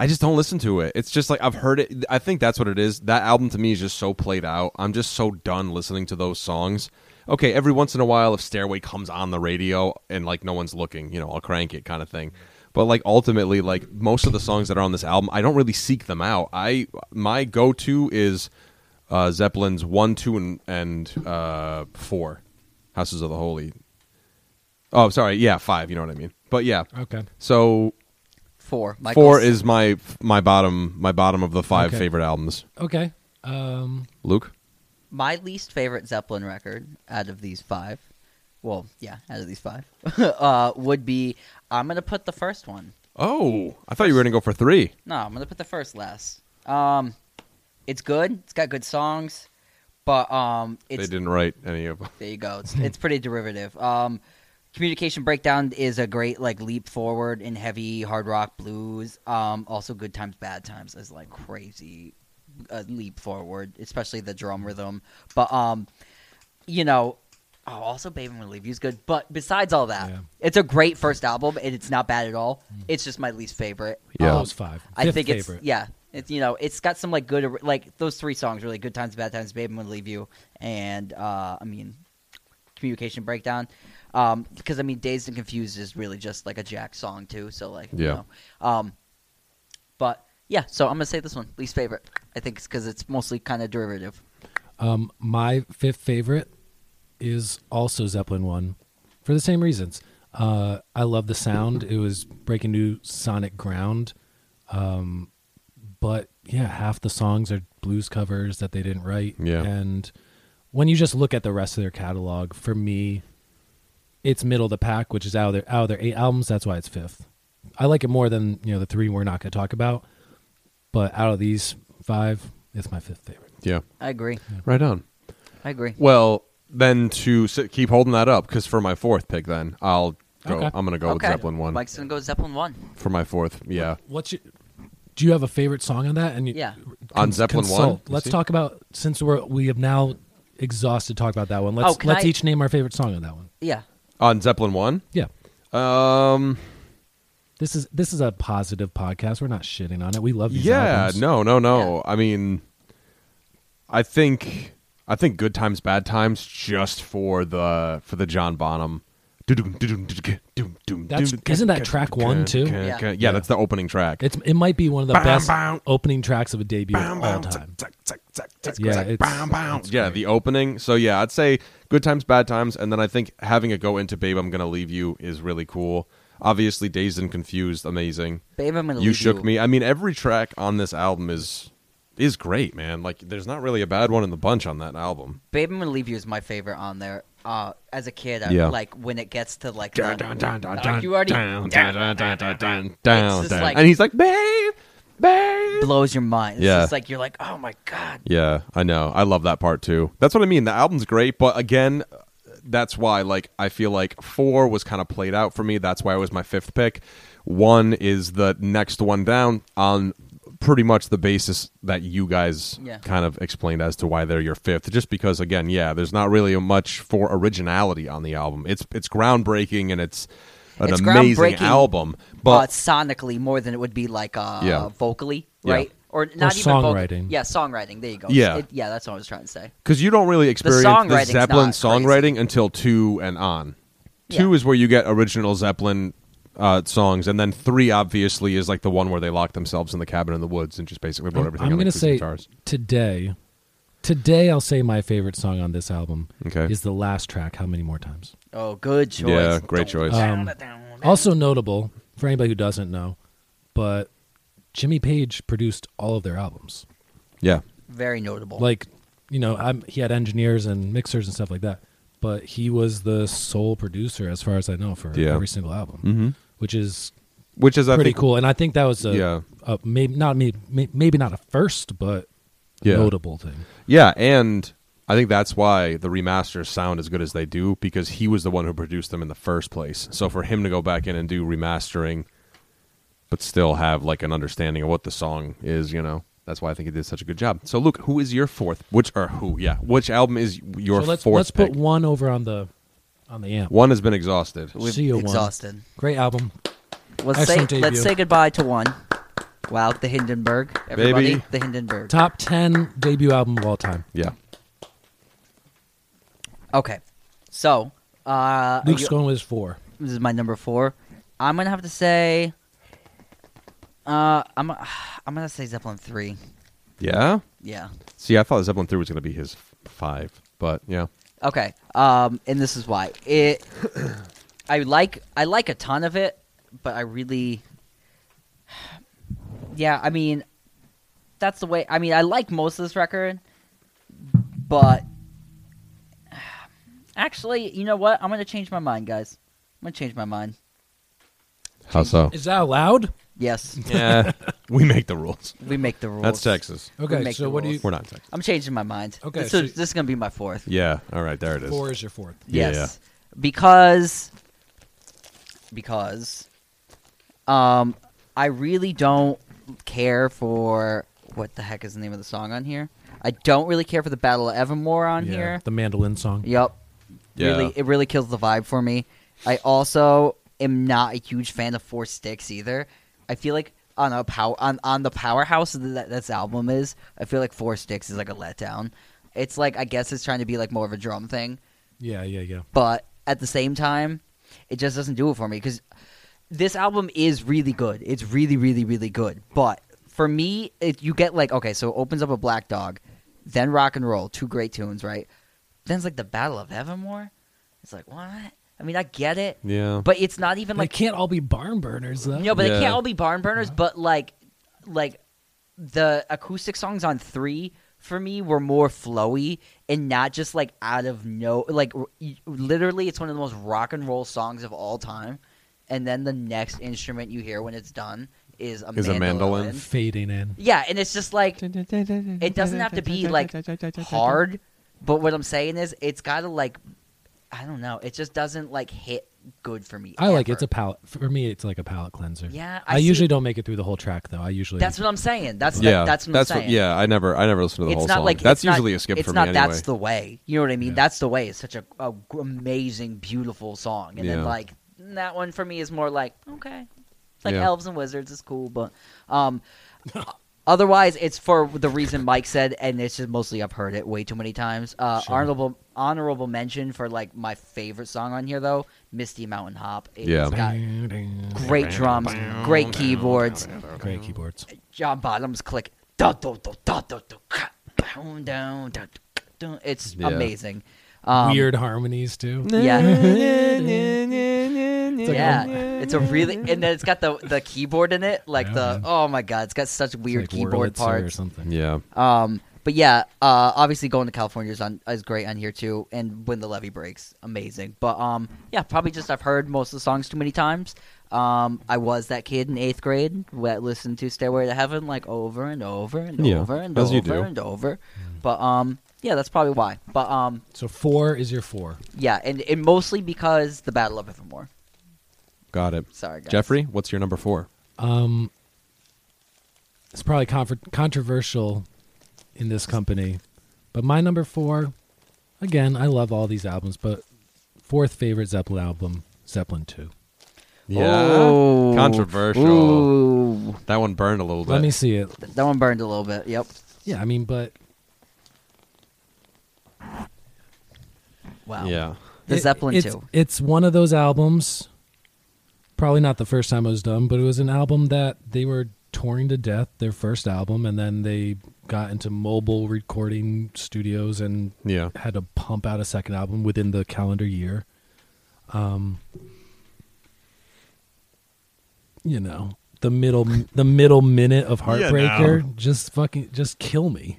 [SPEAKER 3] I just don't listen to it. It's just like I've heard it. I think that's what it is. That album to me is just so played out. I'm just so done listening to those songs. Okay, every once in a while, if Stairway comes on the radio and like no one's looking, you know, I'll crank it kind of thing. But like ultimately, like most of the songs that are on this album, I don't really seek them out. I my go to is uh, Zeppelin's one, two, and and uh, four, Houses of the Holy. Oh, sorry, yeah, five. You know what I mean. But yeah,
[SPEAKER 4] Okay.
[SPEAKER 3] so
[SPEAKER 2] Four. Michael's.
[SPEAKER 3] Four is my my bottom my bottom of the five
[SPEAKER 4] Okay.
[SPEAKER 3] favorite albums.
[SPEAKER 4] Okay. Um,
[SPEAKER 3] Luke,
[SPEAKER 2] my least favorite Zeppelin record out of these five. Well, yeah, out of these five, uh, would be I'm gonna put the first one.
[SPEAKER 3] oh, I thought you were gonna go for three.
[SPEAKER 2] No, I'm gonna put the first last. Um, it's good. It's got good songs, but um,
[SPEAKER 3] they
[SPEAKER 2] it's
[SPEAKER 3] didn't write any of them.
[SPEAKER 2] There you go. It's, it's pretty derivative. Um, communication breakdown is a great like leap forward in heavy hard rock blues. Um, also, good times, bad times is like crazy uh, leap forward, especially the drum rhythm. But um, you know, oh, also Baby Relieve You is good. But besides all that,
[SPEAKER 4] Yeah.
[SPEAKER 2] it's a great first album and it's not bad at all. It's just my least favorite.
[SPEAKER 3] Yeah.
[SPEAKER 4] Those five.
[SPEAKER 2] I
[SPEAKER 4] Fifth
[SPEAKER 2] think
[SPEAKER 4] favorite.
[SPEAKER 2] it's yeah. It's you know it's got some like good like those three songs really good times bad times babe I'm gonna leave you and uh, I mean communication breakdown um, because I mean dazed and confused is really just like a Jack song too so like you
[SPEAKER 3] Yeah.
[SPEAKER 2] know. um but yeah so I'm gonna say this one least favorite I think it's because it's mostly kind of derivative
[SPEAKER 4] Um, my fifth favorite is also Zeppelin one, for the same reasons. Uh, I love the sound. It was breaking new sonic ground. Um, but yeah, half the songs are blues covers that they didn't write.
[SPEAKER 3] Yeah.
[SPEAKER 4] And when you just look at the rest of their catalog, for me, it's middle of the pack, which is out of their out of their eight albums. That's why it's fifth. I like it more than you know the three we're not going to talk about. But out of these five, it's my fifth favorite.
[SPEAKER 3] Yeah,
[SPEAKER 2] I agree
[SPEAKER 3] right on.
[SPEAKER 2] I agree
[SPEAKER 3] Well, then to sit, keep holding that up because for my fourth pick, then I'll go.
[SPEAKER 4] Okay.
[SPEAKER 3] I'm gonna go with
[SPEAKER 2] okay
[SPEAKER 3] Zeppelin one
[SPEAKER 2] Mike's gonna go Zeppelin one
[SPEAKER 3] for my fourth. Yeah,
[SPEAKER 4] What's your? Do you have a favorite song on that? And you,
[SPEAKER 2] yeah
[SPEAKER 3] on Zeppelin one.
[SPEAKER 4] Let's
[SPEAKER 3] See?
[SPEAKER 4] talk about since we're we have now exhausted talk about that one. Let's
[SPEAKER 2] Oh, can
[SPEAKER 4] let's
[SPEAKER 2] I-
[SPEAKER 4] each name our favorite song on that one.
[SPEAKER 2] yeah
[SPEAKER 3] on Zeppelin one.
[SPEAKER 4] Yeah,
[SPEAKER 3] Um,
[SPEAKER 4] this is this is a positive podcast. We're not shitting on it. We love these.
[SPEAKER 3] yeah,
[SPEAKER 4] albums.
[SPEAKER 3] no, no, no.
[SPEAKER 2] Yeah.
[SPEAKER 3] I mean, I think I think good times, bad times, just for the for the John Bonham.
[SPEAKER 4] That's-
[SPEAKER 3] That's
[SPEAKER 4] isn't that track one, too?
[SPEAKER 3] Yeah.
[SPEAKER 2] Yeah.
[SPEAKER 3] that's the opening track.
[SPEAKER 4] it's it might be one of the
[SPEAKER 3] Bam,
[SPEAKER 4] best
[SPEAKER 3] bam.
[SPEAKER 4] opening tracks of a debut
[SPEAKER 3] Bam,
[SPEAKER 4] of all
[SPEAKER 3] bam,
[SPEAKER 4] time.
[SPEAKER 3] tick, tick, tick, tick,
[SPEAKER 4] Yeah,
[SPEAKER 3] tick,
[SPEAKER 4] it's-
[SPEAKER 3] bam, bam.
[SPEAKER 4] it's
[SPEAKER 3] yeah,
[SPEAKER 4] great.
[SPEAKER 3] the opening. So yeah, I'd say good times, bad times, and then I think having it go into "Babe, I'm Gonna Leave You" is really cool. Obviously, "Dazed and Confused," amazing.
[SPEAKER 2] babe I'm gonna
[SPEAKER 3] you
[SPEAKER 2] leave
[SPEAKER 3] shook
[SPEAKER 2] you.
[SPEAKER 3] me i mean every track on this album is is great man like there's not really a bad one in the bunch on that album
[SPEAKER 2] Babe, I'm gonna leave you is my favorite on there. Uh, as a kid, I,
[SPEAKER 3] Yeah.
[SPEAKER 2] like when it gets to like, the-
[SPEAKER 3] Dun, dun, dun, dun,
[SPEAKER 2] like,
[SPEAKER 3] dun,
[SPEAKER 2] you already
[SPEAKER 3] dun, dun, dun, dun, dun, dun, dun,
[SPEAKER 2] just
[SPEAKER 3] dun.
[SPEAKER 2] like-
[SPEAKER 3] and he's like babe babe
[SPEAKER 2] blows your mind. It's
[SPEAKER 3] Yeah.
[SPEAKER 2] just like you're like, oh my god.
[SPEAKER 3] yeah i know i love that part too that's what i mean the album's great but again that's why like I feel like four was kind of played out for me. That's why it was my fifth pick. One is the next one down on pretty much the basis that you guys
[SPEAKER 2] Yeah.
[SPEAKER 3] kind of explained as to why they're your fifth. Just because again, yeah, there's not really much for originality on the album. It's it's groundbreaking and it's an
[SPEAKER 2] It's
[SPEAKER 3] amazing
[SPEAKER 2] groundbreaking,
[SPEAKER 3] album. But
[SPEAKER 2] uh, sonically more than it would be like uh,
[SPEAKER 3] Yeah.
[SPEAKER 2] vocally,
[SPEAKER 3] Yeah.
[SPEAKER 2] right? Or not even
[SPEAKER 4] songwriting.
[SPEAKER 2] Vocal. Yeah, songwriting. There you go.
[SPEAKER 3] Yeah.
[SPEAKER 2] It- yeah, that's what I was trying to say.
[SPEAKER 3] Because you don't really experience the,
[SPEAKER 2] songwriting's
[SPEAKER 3] Zeppelin
[SPEAKER 2] not
[SPEAKER 3] songwriting until two and on. Two
[SPEAKER 2] Yeah.
[SPEAKER 3] is where you get original Zeppelin uh, songs, and then three obviously is like the one where they lock themselves in the cabin in the woods and just basically wrote everything.
[SPEAKER 4] I'm
[SPEAKER 3] on
[SPEAKER 4] gonna
[SPEAKER 3] acoustic
[SPEAKER 4] say
[SPEAKER 3] guitars.
[SPEAKER 4] today. Today, I'll say my favorite song on this album
[SPEAKER 3] Okay.
[SPEAKER 4] is the last track. How many more times?
[SPEAKER 2] Oh, good choice.
[SPEAKER 3] Yeah, great
[SPEAKER 2] Don't-
[SPEAKER 3] choice.
[SPEAKER 4] Um, also notable for anybody who doesn't know, but Jimmy Page produced all of their albums.
[SPEAKER 3] yeah,
[SPEAKER 2] Very notable.
[SPEAKER 4] Like, you know, I'm, he had engineers and mixers and stuff like that, but he was the sole producer, as far as I know, for
[SPEAKER 3] Yeah.
[SPEAKER 4] every single album, which is
[SPEAKER 3] Mm-hmm. which is I
[SPEAKER 4] pretty
[SPEAKER 3] think
[SPEAKER 4] cool. And I think that was a,
[SPEAKER 3] Yeah.
[SPEAKER 4] a maybe not maybe, maybe not a first, but
[SPEAKER 3] Yeah.
[SPEAKER 4] notable thing.
[SPEAKER 3] Yeah, and I think that's why the remasters sound as good as they do because he was the one who produced them in the first place. So for him to go back in and do remastering, but still have like an understanding of what the song is, you know, that's why I think he did such a good job. So Luke, who is your fourth? Which or who? Yeah, which album is your
[SPEAKER 4] so let's
[SPEAKER 3] 4th
[SPEAKER 4] let's
[SPEAKER 3] pick?
[SPEAKER 4] put one over on the on the amp.
[SPEAKER 3] one has been exhausted.
[SPEAKER 2] We've
[SPEAKER 4] see you one.
[SPEAKER 2] exhausted.
[SPEAKER 4] Great album.
[SPEAKER 2] Let's say
[SPEAKER 4] Excellent
[SPEAKER 2] let's
[SPEAKER 4] debut.
[SPEAKER 2] say goodbye to one. Wow, the Hindenburg. Everybody,
[SPEAKER 3] Baby.
[SPEAKER 2] the Hindenburg.
[SPEAKER 4] Top ten debut album of all time.
[SPEAKER 3] Yeah.
[SPEAKER 2] Okay, so uh,
[SPEAKER 4] Luke's
[SPEAKER 2] you-
[SPEAKER 4] going with his four.
[SPEAKER 2] this is my number four. I'm gonna have to say. Uh, I'm I'm gonna say Zeppelin three.
[SPEAKER 3] Yeah?
[SPEAKER 2] Yeah.
[SPEAKER 3] See, I thought Zeppelin 3 was going to be his f- 5, but yeah.
[SPEAKER 2] Okay. Um, and this is why it. I like I like a ton of it, but I really. Yeah, I mean, that's the way. I mean, I like most of this record, but actually, you know what? I'm gonna change my mind, guys. I'm gonna change my mind.
[SPEAKER 3] How so?
[SPEAKER 4] Is that allowed?
[SPEAKER 2] Yes,
[SPEAKER 3] Yeah. we make the rules.
[SPEAKER 2] we make the rules.
[SPEAKER 3] That's Texas.
[SPEAKER 4] Okay,
[SPEAKER 2] make
[SPEAKER 4] so
[SPEAKER 2] the
[SPEAKER 4] what do you?
[SPEAKER 2] rules.
[SPEAKER 3] We're not in Texas.
[SPEAKER 2] I'm changing my mind.
[SPEAKER 4] Okay,
[SPEAKER 2] this,
[SPEAKER 4] so-
[SPEAKER 2] is, this is gonna be my fourth.
[SPEAKER 3] Yeah. All right, there it is.
[SPEAKER 4] Four is your fourth.
[SPEAKER 3] Yeah.
[SPEAKER 2] Yes. Because because um I really don't care for what the heck is the name of the song on here? I don't really care for the Battle of Evermore on
[SPEAKER 4] Yeah,
[SPEAKER 2] here.
[SPEAKER 4] the mandolin song.
[SPEAKER 2] Yep.
[SPEAKER 3] Yeah.
[SPEAKER 2] Really it really kills the vibe for me. I also am not a huge fan of Four Sticks either. I feel like on a power on, on the powerhouse that this album is, I feel like Four Sticks is like a letdown. It's like I guess it's trying to be like more of a drum thing
[SPEAKER 4] Yeah, yeah, yeah.
[SPEAKER 2] but at the same time, it just doesn't do it for me because this album is really good. It's really, really, really good. But for me, it, you get like okay, so it opens up a Black Dog, then Rock and Roll, two great tunes, right? Then it's like the Battle of Evermore. It's like what? I mean, I get it,
[SPEAKER 3] Yeah.
[SPEAKER 2] but it's not even
[SPEAKER 4] They
[SPEAKER 2] like
[SPEAKER 4] can't all be barn burners though.
[SPEAKER 2] no, but
[SPEAKER 3] Yeah.
[SPEAKER 2] they can't all be barn burners. But like, like the acoustic songs on three for me were more flowy and not just like out of no. Like r- y- literally, it's one of the most rock and roll songs of all time. And then the next instrument you hear when it's done is a
[SPEAKER 3] Is a mandolin.
[SPEAKER 2] mandolin.
[SPEAKER 4] Fading in.
[SPEAKER 2] Yeah, and it's just like
[SPEAKER 1] It
[SPEAKER 2] it doesn't have to be like hard, but what I'm saying is it's got to like I don't know. It just doesn't like hit good for me.
[SPEAKER 4] I like it.
[SPEAKER 2] ever.
[SPEAKER 4] it's a palate for me. It's like a palate cleanser.
[SPEAKER 2] Yeah,
[SPEAKER 4] I,
[SPEAKER 2] I see-
[SPEAKER 4] usually don't make it through the whole track though. I usually
[SPEAKER 2] That's what I'm saying. That's
[SPEAKER 3] yeah,
[SPEAKER 2] that, that's what I'm saying.
[SPEAKER 3] yeah, I never, I never listen to the
[SPEAKER 2] it's
[SPEAKER 3] whole
[SPEAKER 2] not
[SPEAKER 3] song.
[SPEAKER 2] like
[SPEAKER 3] that's
[SPEAKER 2] it's not-
[SPEAKER 3] usually a skip
[SPEAKER 2] it's
[SPEAKER 3] for
[SPEAKER 2] not
[SPEAKER 3] me anyway.
[SPEAKER 2] that's the way you know what i mean
[SPEAKER 4] Yeah.
[SPEAKER 2] that's the way it's such a, a g- amazing beautiful song and
[SPEAKER 3] Yeah.
[SPEAKER 2] then like that one for me is more like okay like
[SPEAKER 3] Yeah.
[SPEAKER 2] elves and wizards is cool but um otherwise it's for the reason mike said and it's just mostly i've heard it way too many times uh
[SPEAKER 4] Sure.
[SPEAKER 2] honorable honorable mention for like my favorite song on here though misty mountain hop It's
[SPEAKER 3] Yeah.
[SPEAKER 2] got great drums great keyboards
[SPEAKER 4] Great keyboards.
[SPEAKER 2] John Bottoms click. Dun, dun, dun, dun, dun, dun, ka, down, down, dun, dun. It's
[SPEAKER 3] Yeah.
[SPEAKER 2] amazing. Um,
[SPEAKER 4] Weird harmonies too.
[SPEAKER 2] Yeah.
[SPEAKER 4] It's like,
[SPEAKER 2] Yeah,
[SPEAKER 4] um,
[SPEAKER 2] it's a really and then it's got the the keyboard in it, like
[SPEAKER 4] Yeah,
[SPEAKER 2] the
[SPEAKER 4] man.
[SPEAKER 2] oh my god, it's got such
[SPEAKER 4] it's
[SPEAKER 2] weird
[SPEAKER 4] like
[SPEAKER 2] keyboard
[SPEAKER 4] Wurlitzer or
[SPEAKER 2] parts.
[SPEAKER 4] something.
[SPEAKER 3] yeah,
[SPEAKER 2] Um, but yeah, uh, obviously going to California is on is great on here too, and when the levee breaks, amazing. But um, yeah, probably just I've heard most of the songs too many times. Um, I was that kid in eighth grade that listened to Stairway to Heaven like over and over and
[SPEAKER 3] Yeah,
[SPEAKER 2] over and
[SPEAKER 3] as
[SPEAKER 2] over
[SPEAKER 3] you do.
[SPEAKER 2] and over. But um, Yeah, that's probably why. But um,
[SPEAKER 4] So four is your four.
[SPEAKER 2] yeah, and, and mostly because the Battle of Evermore.
[SPEAKER 3] Got it.
[SPEAKER 2] Sorry, guys.
[SPEAKER 3] Jeffrey, what's your number four?
[SPEAKER 4] Um, It's probably con- controversial in this company, but my number four, again, I love all these albums, but fourth favorite Zeppelin album, Zeppelin Two.
[SPEAKER 2] Oh.
[SPEAKER 3] Controversial.
[SPEAKER 2] Ooh.
[SPEAKER 3] That one burned a little bit.
[SPEAKER 4] Let me see it.
[SPEAKER 2] That one burned a little bit. Yep.
[SPEAKER 4] Yeah, I mean, but
[SPEAKER 2] Wow.
[SPEAKER 3] Yeah.
[SPEAKER 2] The
[SPEAKER 4] It-
[SPEAKER 2] Zeppelin
[SPEAKER 4] it's,
[SPEAKER 2] too.
[SPEAKER 4] It's one of those albums. Probably not the first time it was done, but it was an album that they were touring to death. Their first album, and then they got into mobile recording studios and
[SPEAKER 3] Yeah.
[SPEAKER 4] had to pump out a second album within the calendar year. Um, you know the middle the middle minute of
[SPEAKER 3] Yeah,
[SPEAKER 4] Heartbreaker
[SPEAKER 3] no.
[SPEAKER 4] just fucking just kill me.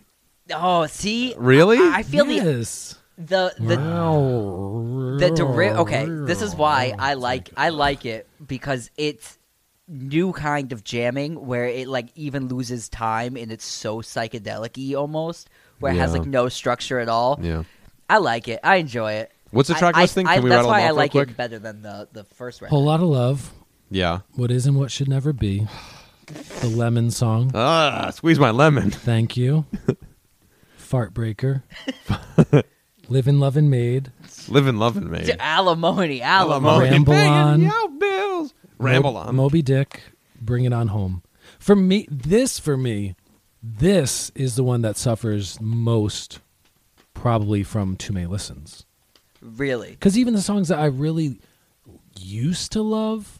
[SPEAKER 2] Oh, see,
[SPEAKER 3] Really?
[SPEAKER 2] I, I feel
[SPEAKER 4] yes.
[SPEAKER 2] the the the the deri- okay this is why i like i like it because it's new kind of jamming where it like even loses time and it's so psychedelic-y almost where it has
[SPEAKER 3] Yeah.
[SPEAKER 2] like no structure at all
[SPEAKER 3] yeah.
[SPEAKER 2] i like it i enjoy it
[SPEAKER 3] What's the
[SPEAKER 2] I-
[SPEAKER 3] track
[SPEAKER 2] I,
[SPEAKER 3] listing?
[SPEAKER 2] I-
[SPEAKER 3] Can we
[SPEAKER 2] that's
[SPEAKER 3] rattle
[SPEAKER 2] why
[SPEAKER 3] them
[SPEAKER 2] i
[SPEAKER 3] off
[SPEAKER 2] like
[SPEAKER 3] real quick?
[SPEAKER 2] it better than the the first record
[SPEAKER 4] Whole lot of love.
[SPEAKER 3] Yeah.
[SPEAKER 4] What is and what should never be. The lemon song.
[SPEAKER 3] Ah, squeeze my lemon.
[SPEAKER 4] Thank you. Fartbreaker. Live and Love and Made.
[SPEAKER 3] Living loving me.
[SPEAKER 2] alimony alimony
[SPEAKER 4] Alimony. Ramble
[SPEAKER 3] Banging
[SPEAKER 4] on.
[SPEAKER 3] your bills. Ramble
[SPEAKER 4] Mo-
[SPEAKER 3] on.
[SPEAKER 4] Moby Dick. Bring it on home. For me, this for me, this is the one that suffers most, probably from too many listens.
[SPEAKER 2] really
[SPEAKER 4] Because even the songs that I really used to love,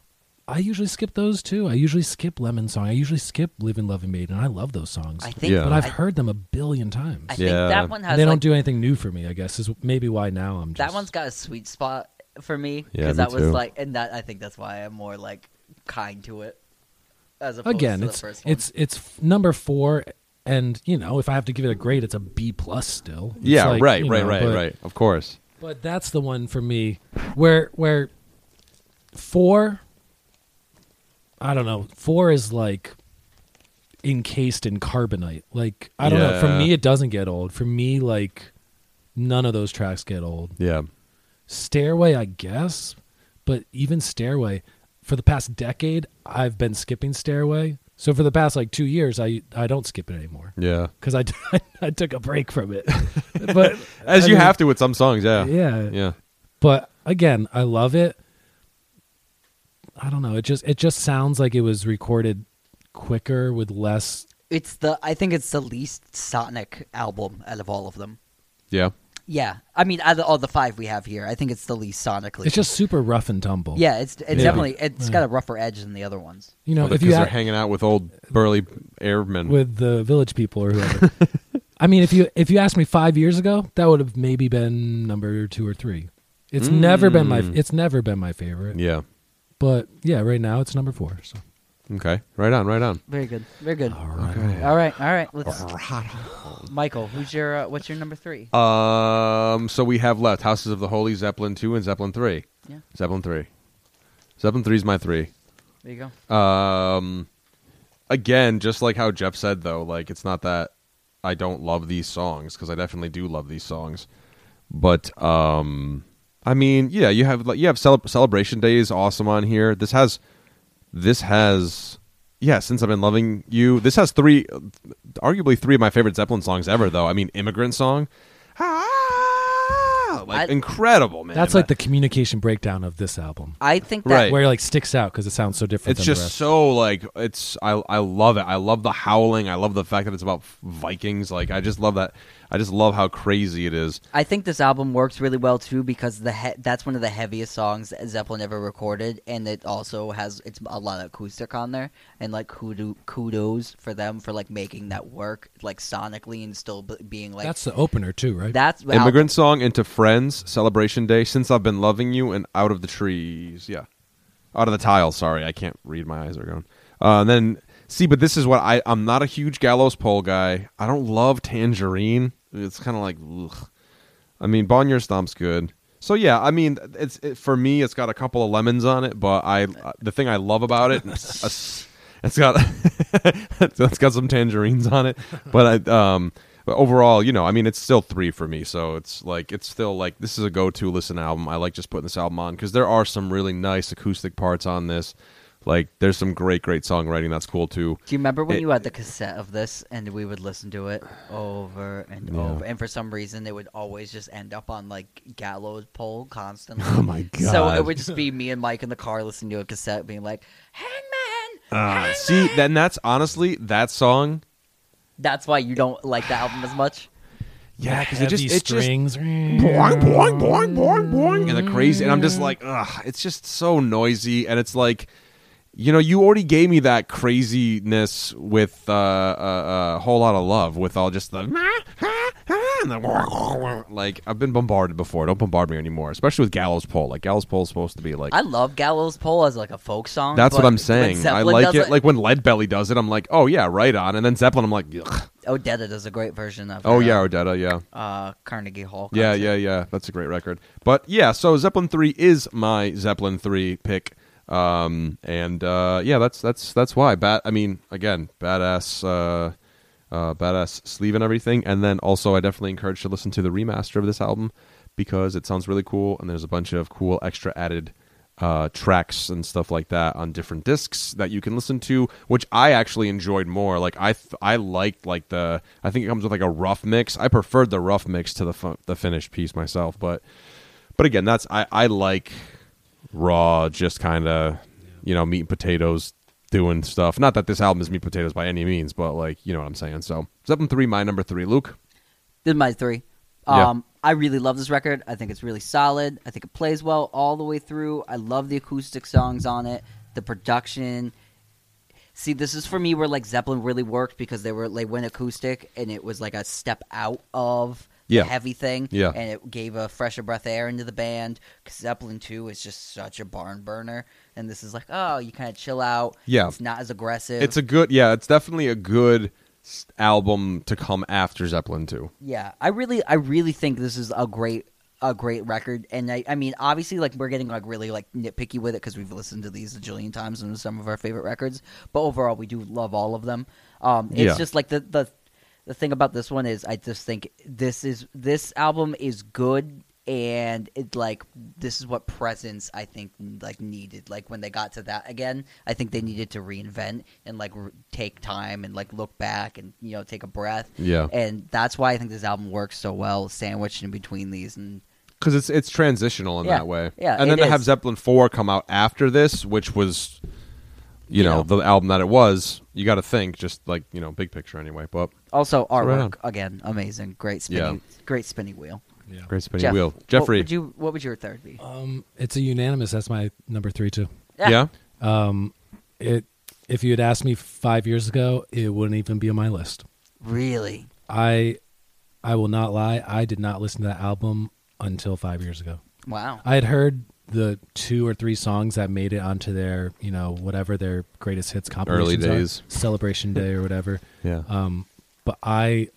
[SPEAKER 4] I usually skip those too. I usually skip Lemon Song. I usually skip Live and Love and Made, and I love those songs.
[SPEAKER 2] i think
[SPEAKER 3] Yeah.
[SPEAKER 4] but I've
[SPEAKER 2] I,
[SPEAKER 4] heard them a billion times.
[SPEAKER 2] I think
[SPEAKER 3] Yeah.
[SPEAKER 2] that one has
[SPEAKER 4] And they
[SPEAKER 2] like,
[SPEAKER 4] don't do anything new for me, I guess, is maybe why now I'm just.
[SPEAKER 2] that one's got a sweet spot for me
[SPEAKER 3] Yeah,
[SPEAKER 2] because
[SPEAKER 3] me
[SPEAKER 2] that was
[SPEAKER 3] too.
[SPEAKER 2] like, and that I think that's why I'm more like kind to it. As opposed
[SPEAKER 4] Again,
[SPEAKER 2] to
[SPEAKER 4] it's
[SPEAKER 2] the first one.
[SPEAKER 4] it's it's f- number four, and you know, if I have to give it a grade, it's a B plus still. It's
[SPEAKER 3] yeah,
[SPEAKER 4] like,
[SPEAKER 3] right,
[SPEAKER 4] you
[SPEAKER 3] right,
[SPEAKER 4] know,
[SPEAKER 3] right,
[SPEAKER 4] but,
[SPEAKER 3] right. Of course.
[SPEAKER 4] But that's the one for me where where four. I don't know. Four is like encased in carbonite. Like I don't know. For
[SPEAKER 3] Yeah.
[SPEAKER 4] me, it doesn't get old. For me, like none of those tracks get old.
[SPEAKER 3] Yeah.
[SPEAKER 4] Stairway, I guess, but even Stairway, for the past decade, I've been skipping Stairway. So for the past like two years, I I don't skip it anymore
[SPEAKER 3] Yeah.
[SPEAKER 4] because I, I took a break from it. but
[SPEAKER 3] As
[SPEAKER 4] I
[SPEAKER 3] you
[SPEAKER 4] mean,
[SPEAKER 3] have to with some songs, yeah.
[SPEAKER 4] yeah,
[SPEAKER 3] Yeah.
[SPEAKER 4] But again, I love it. I don't know. It just it just sounds like it was recorded quicker with less.
[SPEAKER 2] it's the I think it's the least Sonic album out of all of them.
[SPEAKER 3] Yeah.
[SPEAKER 2] Yeah, I mean out of all the five we have here, I think it's the least sonically.
[SPEAKER 4] It's just super rough and tumble.
[SPEAKER 2] yeah, it's it's
[SPEAKER 3] Yeah.
[SPEAKER 2] definitely it's
[SPEAKER 4] Yeah.
[SPEAKER 2] got a rougher edge than the other ones.
[SPEAKER 4] you know,
[SPEAKER 3] Well,
[SPEAKER 4] if
[SPEAKER 3] because
[SPEAKER 4] you
[SPEAKER 3] they're
[SPEAKER 4] had-
[SPEAKER 3] hanging out with old burly airmen.
[SPEAKER 4] with the village people or whoever. I mean, if you if you asked me five years ago, that would have maybe been number two or three. It's never been my
[SPEAKER 3] Mm.
[SPEAKER 4] it's never been my favorite.
[SPEAKER 3] yeah.
[SPEAKER 4] But yeah, right now it's number four. So
[SPEAKER 3] Okay. Right on, right on.
[SPEAKER 2] Very good, very good. All
[SPEAKER 4] right.
[SPEAKER 2] all right, all right. Let's Michael, who's your uh, what's your number three?
[SPEAKER 3] Um, so we have left Houses of the Holy, Zeppelin two, and Zeppelin three.
[SPEAKER 2] Yeah.
[SPEAKER 3] Zeppelin three. Zeppelin three is my three.
[SPEAKER 2] There you go.
[SPEAKER 3] Um, again, just like how Jeff said though, like it's not that I don't love these songs because I definitely do love these songs, but um, I mean, yeah, you have like you have Cele- Celebration Day is awesome on here. This has this has yeah since i've been loving you this has three arguably three of my favorite zeppelin songs ever though i mean immigrant song ah, like
[SPEAKER 2] I-
[SPEAKER 3] incredible man
[SPEAKER 4] that's like the communication breakdown of this album,
[SPEAKER 2] I think that
[SPEAKER 3] Right.
[SPEAKER 4] where it like sticks out because it sounds so different.
[SPEAKER 3] it's
[SPEAKER 4] than
[SPEAKER 3] just
[SPEAKER 4] the rest.
[SPEAKER 3] so like it's I I love it. I love the howling. I love the fact that it's about Vikings. Like I just love that. I just love how crazy it is.
[SPEAKER 2] I think this album works really well too because the he- that's one of the heaviest songs that Zeppelin ever recorded, and it also has it's a lot of acoustic on there, and like kudo- kudos for them for like making that work like sonically and still b- being like
[SPEAKER 4] that's the opener too, right?
[SPEAKER 2] that's the album-
[SPEAKER 3] Immigrant song into friends celebration day. Since I've been loving you and out of the trees. Yeah, out of the tiles. Sorry, I can't read. My eyes are going. Uh, and then see, but this is what I I'm not a huge gallows pole guy. I don't love tangerine. It's kind of like. Ugh. I mean, Bonnier Stomp's good. So yeah, I mean, it's it, for me, it's got a couple of lemons on it, but I the thing I love about it, it's got it's got some tangerines on it, but I um. But overall, you know, I mean, it's still three for me. So it's like it's still like this is a go-to listen album. I like just putting this album on because there are some really nice acoustic parts on this. Like there's some great, great songwriting that's cool too.
[SPEAKER 2] Do you remember when
[SPEAKER 3] It-
[SPEAKER 2] you had the cassette of this and we would listen to it over and over? And for some reason, it would always just end up on like gallows pole constantly.
[SPEAKER 3] Oh my god!
[SPEAKER 2] So it would just be me and Mike in the car listening to a cassette, being like, "Hangman."
[SPEAKER 3] Ah, see, then that's honestly that song.
[SPEAKER 2] That's why you don't like the album as much.
[SPEAKER 3] Yeah, because
[SPEAKER 4] The
[SPEAKER 3] it just
[SPEAKER 4] heavy
[SPEAKER 3] it just
[SPEAKER 4] strings.
[SPEAKER 3] boing, boing, boing, boing, boing, and the crazy, and I'm just like, ugh, it's just so noisy, and it's like, you know, you already gave me that craziness with uh, uh, uh, whole lot of love, with all just the, and the like, I've been bombarded before. Don't bombard me anymore, especially with Gallows Pole. Like Gallows Pole is supposed to be like.
[SPEAKER 2] I love Gallows Pole as like a folk song.
[SPEAKER 3] that's what
[SPEAKER 2] but
[SPEAKER 3] I'm
[SPEAKER 2] when
[SPEAKER 3] saying. I
[SPEAKER 2] Zeppelin
[SPEAKER 3] like
[SPEAKER 2] does
[SPEAKER 3] it. Like when Leadbelly does it, I'm like, oh yeah, right on. And then Zeppelin, I'm like, ugh.
[SPEAKER 2] Odetta does a great version of.
[SPEAKER 3] oh
[SPEAKER 2] it,
[SPEAKER 3] yeah,
[SPEAKER 2] uh,
[SPEAKER 3] Odetta, yeah.
[SPEAKER 2] uh, Carnegie Hall.
[SPEAKER 3] Yeah,
[SPEAKER 2] concert.
[SPEAKER 3] yeah, yeah. That's a great record. But yeah, so Zeppelin three is my Zeppelin three pick. Um, and uh, yeah, that's that's that's why. Bat. I mean, again, badass, uh, uh, badass sleeve and everything. And then also, I definitely encourage to listen to the remaster of this album because it sounds really cool. And there's a bunch of cool extra added. Uh, tracks and stuff like that on different discs that you can listen to, which I actually enjoyed more. Like I, th- I liked like the. I think it comes with like a rough mix. I preferred the rough mix to the fu- the finished piece myself, but but again, that's I, I like raw, just kind of you know meat and potatoes doing stuff. Not that this album is meat and potatoes by any means, but like you know what I'm saying. So seven three, my number three, Luke.
[SPEAKER 2] This is my three.
[SPEAKER 3] Yeah.
[SPEAKER 2] Um, I really love this record. I think it's really solid. I think it plays well all the way through. I love the acoustic songs on it, the production. See, this is for me where like Zeppelin really worked because they were they went acoustic and it was like a step out of
[SPEAKER 3] Yeah.
[SPEAKER 2] the heavy thing.
[SPEAKER 3] Yeah.
[SPEAKER 2] And it gave a fresher breath of air into the band. 'Cause Zeppelin 2 is just such a barn burner. And this is like, oh, you kind of chill out.
[SPEAKER 3] Yeah.
[SPEAKER 2] It's not as aggressive.
[SPEAKER 3] It's a good, yeah, it's definitely a good s- album to come after Zeppelin two.
[SPEAKER 2] Yeah, I really, I really think this is a great, a great record. And I, I mean, obviously, like we're getting like really like nitpicky with it because we've listened to these a jillion times and some of our favorite records. But overall, we do love all of them. Um, it's
[SPEAKER 3] Yeah.
[SPEAKER 2] just like the the the thing about this one is I just think this is this album is good. And it like this is what presence I think like needed. Like when they got to that again, I think they needed to reinvent and like r take time and like look back and you know take a breath
[SPEAKER 3] Yeah.
[SPEAKER 2] and that's why I think this album works so well, sandwiched in between these. And
[SPEAKER 3] because it's it's transitional in
[SPEAKER 2] Yeah.
[SPEAKER 3] that way.
[SPEAKER 2] Yeah,
[SPEAKER 3] and then
[SPEAKER 2] it
[SPEAKER 3] to have
[SPEAKER 2] is.
[SPEAKER 3] Zeppelin four come out after this, which was, you,
[SPEAKER 2] You
[SPEAKER 3] know,
[SPEAKER 2] know.
[SPEAKER 3] the album that it was. You got to think just like you know, big picture anyway. But
[SPEAKER 2] also
[SPEAKER 3] right
[SPEAKER 2] artwork again, amazing, great spinning, great spinning wheel.
[SPEAKER 4] Yeah.
[SPEAKER 3] great spinning
[SPEAKER 2] Jeff,
[SPEAKER 3] wheel,
[SPEAKER 2] what
[SPEAKER 3] Jeffrey.
[SPEAKER 2] would you what would your third be?
[SPEAKER 4] Um, it's a unanimous. That's my number three too.
[SPEAKER 3] yeah.
[SPEAKER 4] It. If you had asked me five years ago, it wouldn't even be on my list.
[SPEAKER 2] really.
[SPEAKER 4] I, I will not lie. I did not listen to that album until five years ago.
[SPEAKER 2] Wow.
[SPEAKER 4] I had heard the two or three songs that made it onto their, you know, whatever their greatest hits compilations are,
[SPEAKER 3] days.
[SPEAKER 4] Celebration Day or whatever.
[SPEAKER 3] yeah,
[SPEAKER 4] Um, but I,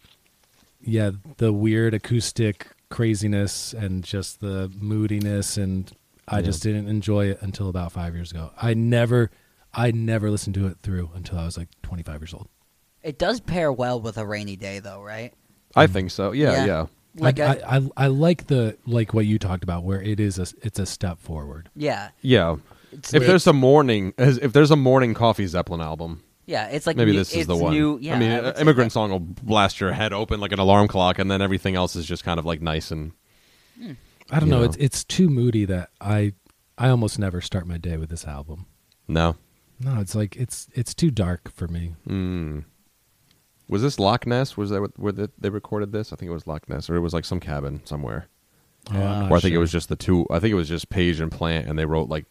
[SPEAKER 4] yeah, the weird acoustic craziness and just the moodiness, and I
[SPEAKER 3] Yeah.
[SPEAKER 4] just didn't enjoy it until about five years ago. I never, I never listened to it through until I was like 25 years old.
[SPEAKER 2] It does pair well with a rainy day, though, right?
[SPEAKER 3] I think so. Yeah, yeah,
[SPEAKER 2] Yeah. Like
[SPEAKER 4] I,
[SPEAKER 2] I-
[SPEAKER 4] I, I, I like the like what you talked about, where it is a, it's a step forward.
[SPEAKER 2] Yeah.
[SPEAKER 3] yeah.
[SPEAKER 2] It's,
[SPEAKER 3] If there's a morning, as- if there's a morning coffee Zeppelin album,
[SPEAKER 2] yeah, it's like
[SPEAKER 3] maybe
[SPEAKER 2] new-
[SPEAKER 3] this is
[SPEAKER 2] it's
[SPEAKER 3] the one.
[SPEAKER 2] New, yeah,
[SPEAKER 3] I mean,
[SPEAKER 2] would say
[SPEAKER 3] immigrant
[SPEAKER 2] that.
[SPEAKER 3] song will blast your head open like an alarm clock, and then everything else is just kind of like nice and
[SPEAKER 4] I don't
[SPEAKER 3] You
[SPEAKER 4] know,
[SPEAKER 3] know.
[SPEAKER 4] It's it's too moody that I I almost never start my day with this album.
[SPEAKER 3] no.
[SPEAKER 4] No, it's like it's it's too dark for me.
[SPEAKER 3] Hmm. Was this Loch Ness? Was that what- where the- they recorded this? I think it was Loch Ness, or it was like some cabin somewhere.
[SPEAKER 4] Oh, I'm not
[SPEAKER 3] or I think it
[SPEAKER 4] sure.
[SPEAKER 3] was just the two. I think it was just Page and Plant, and they wrote like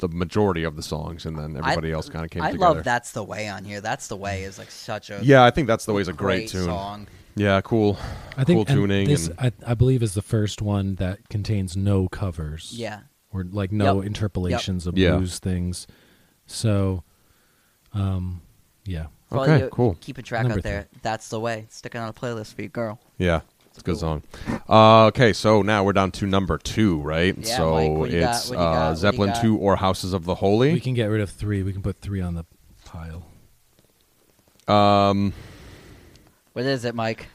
[SPEAKER 3] the majority of the songs, and then everybody
[SPEAKER 2] I-
[SPEAKER 3] else kind of came
[SPEAKER 2] I
[SPEAKER 3] together.
[SPEAKER 2] love that's the way on here. That's the way is like such a
[SPEAKER 3] Yeah, I think that's the way. Is a great,
[SPEAKER 2] great
[SPEAKER 3] tune.
[SPEAKER 2] song.
[SPEAKER 3] Yeah, cool.
[SPEAKER 4] I
[SPEAKER 3] cool
[SPEAKER 4] think and
[SPEAKER 3] tuning.
[SPEAKER 4] This
[SPEAKER 3] and,
[SPEAKER 4] I, I believe is the first one that contains no covers.
[SPEAKER 2] Yeah.
[SPEAKER 4] or like no
[SPEAKER 2] Yep.
[SPEAKER 4] interpolations of
[SPEAKER 3] Yeah.
[SPEAKER 4] blues things. So, um, yeah,
[SPEAKER 2] For all
[SPEAKER 3] Okay,
[SPEAKER 2] you
[SPEAKER 3] cool.
[SPEAKER 2] Keeping track
[SPEAKER 4] Number
[SPEAKER 2] out there. That's the way. Sticking on a playlist for you, girl.
[SPEAKER 3] yeah, it's a good
[SPEAKER 2] Cool.
[SPEAKER 3] song. Uh, okay, so now we're down to number two, right?
[SPEAKER 2] Yeah,
[SPEAKER 3] so
[SPEAKER 2] Mike, what you got?
[SPEAKER 3] it's
[SPEAKER 2] What you got?
[SPEAKER 3] uh,
[SPEAKER 2] What you
[SPEAKER 3] Zeppelin
[SPEAKER 2] got?
[SPEAKER 3] two or Houses of the Holy.
[SPEAKER 4] we can get rid of three. We can put three on the pile.
[SPEAKER 2] What is it, Mike?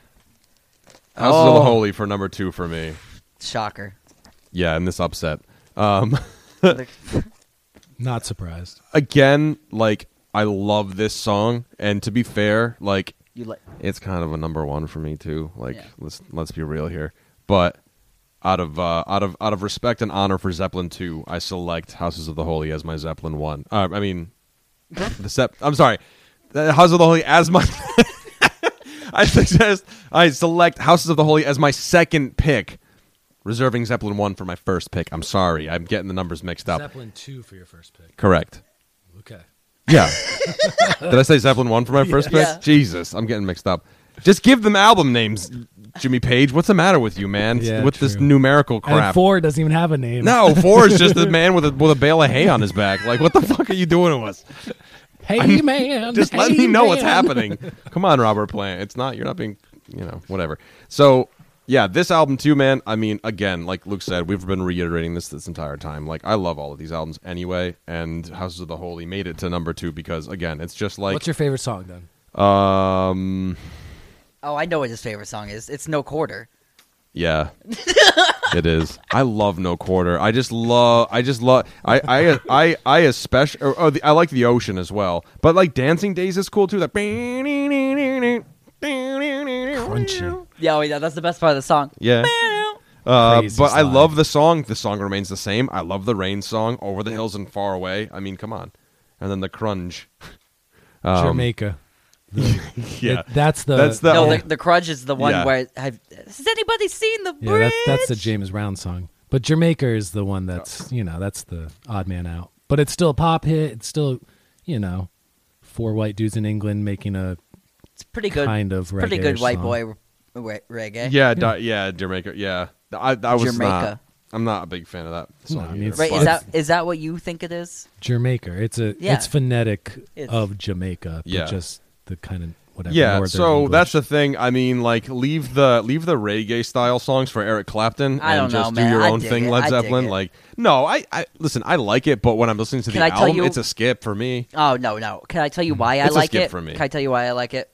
[SPEAKER 3] Houses
[SPEAKER 2] Oh.
[SPEAKER 3] of the Holy for number two for me.
[SPEAKER 2] Shocker.
[SPEAKER 3] Yeah, and this upset. Um,
[SPEAKER 4] Not surprised.
[SPEAKER 3] again, like I love this song, and to be fair, like
[SPEAKER 2] you like
[SPEAKER 3] it's kind of a number one for me too. Like
[SPEAKER 2] Yeah.
[SPEAKER 3] let's let's be real here, but out of uh, out of out of respect and honor for Zeppelin two, I select Houses of the Holy as my Zeppelin one. Uh, I mean, the Sep- I'm sorry, the Houses of the Holy as my. I suggest I select Houses of the Holy as my second pick, reserving Zeppelin one for my first pick. I'm sorry, I'm getting the numbers mixed up.
[SPEAKER 4] Zeppelin two for your first pick.
[SPEAKER 3] Correct.
[SPEAKER 4] Okay.
[SPEAKER 3] Yeah. Did I say Zeppelin one for my first pick?
[SPEAKER 2] Yeah.
[SPEAKER 3] Jesus, I'm getting mixed up. Just give them album names, Jimmy Page. What's the matter with you, man?
[SPEAKER 4] Yeah,
[SPEAKER 3] with this
[SPEAKER 4] true.
[SPEAKER 3] numerical
[SPEAKER 4] And
[SPEAKER 3] crap.
[SPEAKER 4] four doesn't even have a name.
[SPEAKER 3] no, four is just a man with a with a bale of hay on his back. Like, what the fuck are you doing to us?
[SPEAKER 4] Hey man.
[SPEAKER 3] Just let
[SPEAKER 4] hey,
[SPEAKER 3] me know what's
[SPEAKER 4] man.
[SPEAKER 3] happening. Come on, Robert Plant. It's not. You're not being. You know, whatever. So. Yeah, this album too, man. I mean, again, like Luke said, we've been reiterating this this entire time. Like, I love all of these albums anyway, and Houses of the Holy made it to number two because, again, it's just like
[SPEAKER 4] What's your favorite song then?
[SPEAKER 3] Um.
[SPEAKER 2] Oh, I know what his favorite song is. It's No Quarter.
[SPEAKER 3] Yeah. it is. I love No Quarter. I just love. I just love. I. I. I. I especially. Or, or the, I like the ocean as well. But like Dancing Days is cool too. That. Crunchy.
[SPEAKER 2] Yeah, oh, yeah, that's the best part of the song.
[SPEAKER 3] Yeah. Uh,
[SPEAKER 4] Crazy
[SPEAKER 3] but I
[SPEAKER 4] slide.
[SPEAKER 3] love the song. The song remains the same. I love the rain song. Over the hills and far away. I mean, come on. And then the crunge. Um,
[SPEAKER 4] Jamaica.
[SPEAKER 3] Yeah.
[SPEAKER 4] It- that's the
[SPEAKER 3] That's the-
[SPEAKER 2] No,
[SPEAKER 3] Oh.
[SPEAKER 2] the, the Crudge is the one
[SPEAKER 3] Yeah.
[SPEAKER 2] where have, has anybody seen the
[SPEAKER 4] Yeah,
[SPEAKER 2] bridge?
[SPEAKER 4] that's that's the James Brown song. But Jamaica is the one that's you know, that's the odd man out. But it's still a pop hit, it's still you know, four white dudes in England making a
[SPEAKER 2] it's pretty good.
[SPEAKER 4] kind of
[SPEAKER 2] pretty good
[SPEAKER 4] reggae-ish
[SPEAKER 2] white
[SPEAKER 4] song.
[SPEAKER 2] boy re- re- reggae.
[SPEAKER 3] Yeah, di- yeah, Jamaica. Yeah, I, I was not.
[SPEAKER 2] Jamaica.
[SPEAKER 3] I'm not a big fan of that song.
[SPEAKER 4] I mean,
[SPEAKER 3] either,
[SPEAKER 4] it's-
[SPEAKER 2] Right?
[SPEAKER 3] but-
[SPEAKER 2] Is that is that what you think it is?
[SPEAKER 4] Jamaica. It's a
[SPEAKER 2] Yeah.
[SPEAKER 4] it's phonetic
[SPEAKER 2] It's-
[SPEAKER 4] of Jamaica, but
[SPEAKER 3] Yeah.
[SPEAKER 4] just the kind of whatever.
[SPEAKER 3] yeah,
[SPEAKER 4] Northern
[SPEAKER 3] so
[SPEAKER 4] English.
[SPEAKER 3] that's the thing. I mean, like leave the leave the reggae style songs for Eric Clapton
[SPEAKER 2] I
[SPEAKER 3] and
[SPEAKER 2] don't know,
[SPEAKER 3] just do
[SPEAKER 2] man.
[SPEAKER 3] your
[SPEAKER 2] I
[SPEAKER 3] own
[SPEAKER 2] dig
[SPEAKER 3] thing,
[SPEAKER 2] it.
[SPEAKER 3] Led
[SPEAKER 2] I dig
[SPEAKER 3] Zeppelin.
[SPEAKER 2] it.
[SPEAKER 3] Like, no, I, I listen. I like it, but when I'm listening to
[SPEAKER 2] Can
[SPEAKER 3] the
[SPEAKER 2] I tell
[SPEAKER 3] album,
[SPEAKER 2] you-
[SPEAKER 3] it's a skip for me.
[SPEAKER 2] Oh no, no. Can I tell you why I
[SPEAKER 3] Mm-hmm. It's a
[SPEAKER 2] like
[SPEAKER 3] skip
[SPEAKER 2] it?
[SPEAKER 3] for me.
[SPEAKER 2] Can I tell you why I like it?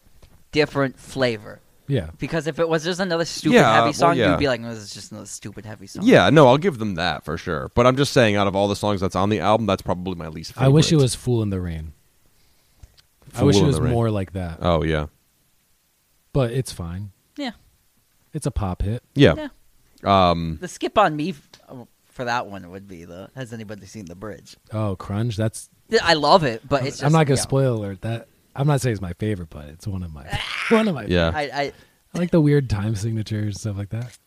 [SPEAKER 2] Different flavor.
[SPEAKER 4] yeah.
[SPEAKER 2] Because if it was just another stupid
[SPEAKER 3] Yeah, well,
[SPEAKER 2] heavy song,
[SPEAKER 3] yeah.
[SPEAKER 2] you'd be like, "No, this is just another stupid heavy song."
[SPEAKER 3] Yeah, no, I'll give them that for sure. But I'm just saying, out of all the songs that's on the album, that's probably my least. favorite.
[SPEAKER 4] I wish it was "Fool in the Rain." I
[SPEAKER 3] Fool
[SPEAKER 4] wish
[SPEAKER 3] in
[SPEAKER 4] it
[SPEAKER 3] the
[SPEAKER 4] was
[SPEAKER 3] Rain.
[SPEAKER 4] more like that,
[SPEAKER 3] Oh yeah,
[SPEAKER 4] but it's fine.
[SPEAKER 2] yeah,
[SPEAKER 4] It's a pop hit.
[SPEAKER 3] yeah.
[SPEAKER 2] yeah.
[SPEAKER 3] Um,
[SPEAKER 2] The skip on me f- uh, for that one would be the Has anybody seen the bridge?
[SPEAKER 4] Oh, crunge. That's
[SPEAKER 2] Yeah, I love it, but it's just,
[SPEAKER 4] I'm not gonna
[SPEAKER 2] yeah.
[SPEAKER 4] spoil alert that. I'm not saying it's my favorite, but it's one of my one of my.
[SPEAKER 3] yeah.
[SPEAKER 2] I, I
[SPEAKER 4] I like the weird time signatures stuff like that.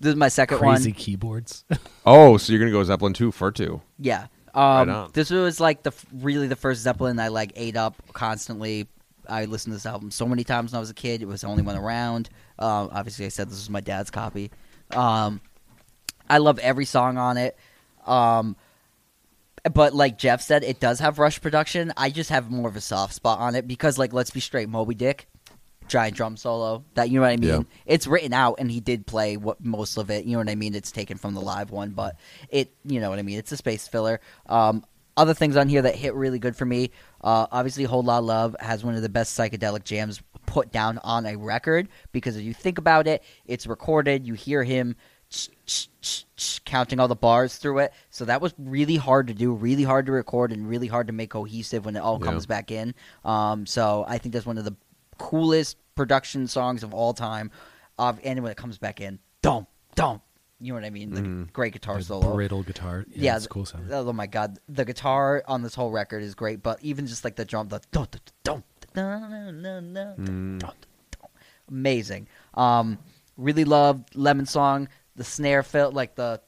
[SPEAKER 2] this is my second
[SPEAKER 4] Crazy
[SPEAKER 2] one.
[SPEAKER 4] keyboards.
[SPEAKER 3] oh, so you're gonna go Zeppelin two for two?
[SPEAKER 2] Yeah.
[SPEAKER 3] Right
[SPEAKER 2] Um,
[SPEAKER 3] on.
[SPEAKER 2] this was like the f- really the first Zeppelin I like ate up constantly. I listened to this album so many times when I was a kid. It was the only one around. Um, obviously, I said this was my dad's copy. Um, I love every song on it. Um, but like Jeff said, it does have rush production. I just have more of a soft spot on it because, like, let's be straight, Moby Dick, giant drum solo. That you know what I mean?
[SPEAKER 3] Yeah.
[SPEAKER 2] It's written out, and he did play what most of it. You know what I mean? It's taken from the live one, but it, you know what I mean? It's a space filler. Um, other things on here that hit really good for me. Uh, obviously, Whole Lot Love has one of the best psychedelic jams put down on a record because if you think about it, it's recorded. You hear him counting all the bars through it. So that was really hard to do, really hard to record, and really hard to make cohesive when it all
[SPEAKER 3] Yeah.
[SPEAKER 2] comes back in. Um, so I think that's one of the coolest production songs of all time. Of and when it comes back in, don't don't. You know what I mean? The great guitar solo.
[SPEAKER 4] Brittle guitar. Yeah,
[SPEAKER 2] Yeah,
[SPEAKER 4] it's
[SPEAKER 2] th-
[SPEAKER 4] cool sound.
[SPEAKER 2] Oh my god, the guitar on this whole record is great, but even just like the drum, the don't don't
[SPEAKER 4] Mm.
[SPEAKER 2] don't amazing. Um, really loved Lemon Song, the snare felt like the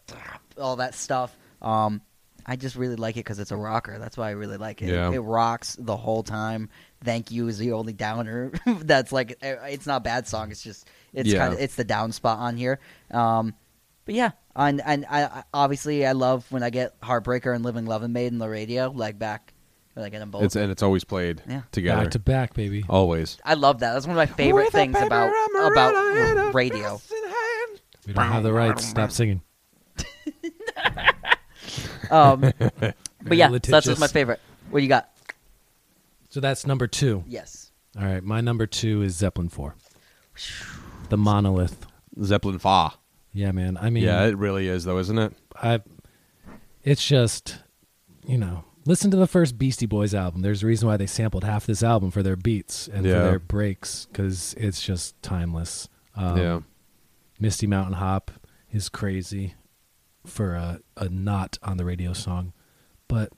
[SPEAKER 2] all that stuff. Um, I just really like it because it's a rocker. That's why I really like it. It-
[SPEAKER 3] Yeah.
[SPEAKER 2] It, rocks the whole time. Thank you is the only downer. That's like eh, it's not a bad song. It's just it's
[SPEAKER 3] Yeah.
[SPEAKER 2] kind of it's the down spot on here. Um, but yeah, and and I I- obviously I love when I get Heartbreaker and Living Love and Made in the radio like back when I get them both.
[SPEAKER 3] It's and it's always played
[SPEAKER 2] Oh. Yeah.
[SPEAKER 3] together.
[SPEAKER 4] Back to back, baby.
[SPEAKER 3] always.
[SPEAKER 2] I love that. That's one of my favorite
[SPEAKER 3] With a
[SPEAKER 2] things
[SPEAKER 3] paper
[SPEAKER 2] about
[SPEAKER 3] umbrella and a
[SPEAKER 2] about radio.
[SPEAKER 3] fist in hand.
[SPEAKER 4] We don't have the rights. Stop singing.
[SPEAKER 2] Um, but yeah, so that's
[SPEAKER 4] Litigious.
[SPEAKER 2] just my favorite. What you got?
[SPEAKER 4] So that's number two.
[SPEAKER 2] Yes.
[SPEAKER 4] All right, my number two is Zeppelin four. the monolith.
[SPEAKER 3] Zeppelin Fa.
[SPEAKER 4] Yeah, man. I mean,
[SPEAKER 3] Yeah, it really is though, isn't it?
[SPEAKER 4] I it's just you know listen to the first Beastie Boys album. There's a reason why they sampled half this album for their beats and for
[SPEAKER 3] Yeah.
[SPEAKER 4] their breaks because it's just timeless. Um,
[SPEAKER 3] yeah.
[SPEAKER 4] Misty Mountain Hop is crazy for a, a not on the radio song, but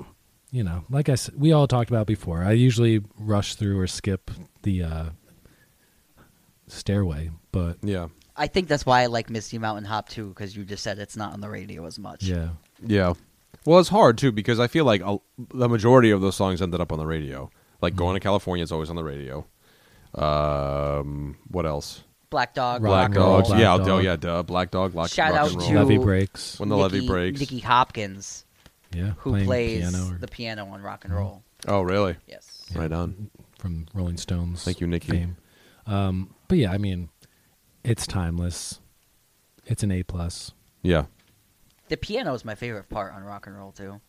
[SPEAKER 4] you know, like I said, we all talked about before. I usually rush through or skip the uh, stairway, but
[SPEAKER 3] Yeah.
[SPEAKER 2] I think that's why I like Misty Mountain Hop too, because you just said it's not on the radio as much.
[SPEAKER 4] yeah,
[SPEAKER 3] Yeah. Well, it's hard too because I feel like a, the majority of those songs ended up on the radio. Like going to California is always on the radio. Um, what else?
[SPEAKER 2] Black Dog,
[SPEAKER 4] Rock
[SPEAKER 2] Rock
[SPEAKER 4] and Roll,
[SPEAKER 2] Roll.
[SPEAKER 3] Dogs.
[SPEAKER 4] Black
[SPEAKER 3] yeah, oh
[SPEAKER 4] Dog.
[SPEAKER 3] yeah, duh. Black Dog. Lock,
[SPEAKER 2] Shout
[SPEAKER 3] rock
[SPEAKER 2] out
[SPEAKER 3] and
[SPEAKER 2] to
[SPEAKER 3] roll.
[SPEAKER 4] levee breaks.
[SPEAKER 3] when the levee
[SPEAKER 2] Nicky-
[SPEAKER 3] breaks.
[SPEAKER 2] Nicky Hopkins,
[SPEAKER 4] yeah,
[SPEAKER 2] who
[SPEAKER 4] playing
[SPEAKER 2] plays
[SPEAKER 4] piano or-
[SPEAKER 2] the piano on Rock and Roll.
[SPEAKER 3] Oh, really?
[SPEAKER 2] Yes.
[SPEAKER 3] Right on.
[SPEAKER 4] from Rolling Stones.
[SPEAKER 3] Thank you, Nikki.
[SPEAKER 4] fame. Um, but yeah, I mean, it's timeless. It's an A plus.
[SPEAKER 3] Yeah.
[SPEAKER 2] The piano is my favorite part on Rock and Roll too.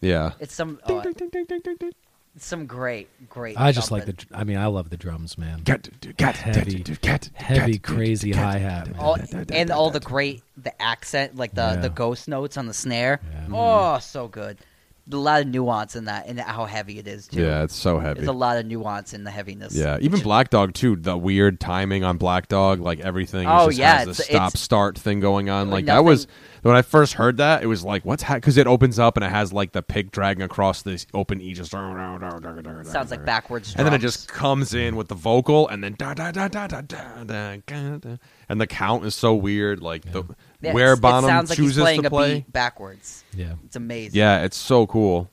[SPEAKER 3] Yeah.
[SPEAKER 2] It's some oh, it's some great, great.
[SPEAKER 4] I just like the.
[SPEAKER 2] thumping.
[SPEAKER 4] dr- I mean, I love the drums, man. Heavy,
[SPEAKER 3] Heavy,
[SPEAKER 4] heavy, crazy hi hat.
[SPEAKER 2] all, and all the great the accent, like the
[SPEAKER 4] Yeah.
[SPEAKER 2] the ghost notes on the snare.
[SPEAKER 4] Yeah.
[SPEAKER 2] Oh, so good. A lot of nuance in that, and how heavy it is too.
[SPEAKER 3] Yeah, it's so heavy.
[SPEAKER 2] There's a lot of nuance in the heaviness.
[SPEAKER 3] Yeah, even Black Dog too. The weird timing on Black Dog, like everything.
[SPEAKER 2] Oh,
[SPEAKER 3] just
[SPEAKER 2] yeah,
[SPEAKER 3] has the
[SPEAKER 2] it's-
[SPEAKER 3] stop
[SPEAKER 2] it's-
[SPEAKER 3] start thing going on. Like that
[SPEAKER 2] Nothing-
[SPEAKER 3] was when I first heard that. It was like, what's ha Because it opens up and it has like the pig dragging across this open E. Just sounds
[SPEAKER 2] sounds like backwards.
[SPEAKER 3] And then it
[SPEAKER 2] drums.
[SPEAKER 3] just comes in with the vocal, and then da da da da da da da, da da, and the count is so weird. Like the
[SPEAKER 2] Yeah,
[SPEAKER 3] where
[SPEAKER 2] it's- it
[SPEAKER 3] Bonham
[SPEAKER 2] sounds like he's
[SPEAKER 3] chooses
[SPEAKER 2] playing
[SPEAKER 3] to
[SPEAKER 2] a
[SPEAKER 3] play.
[SPEAKER 2] beat backwards.
[SPEAKER 4] Yeah,
[SPEAKER 2] It's amazing.
[SPEAKER 3] Yeah, it's so cool.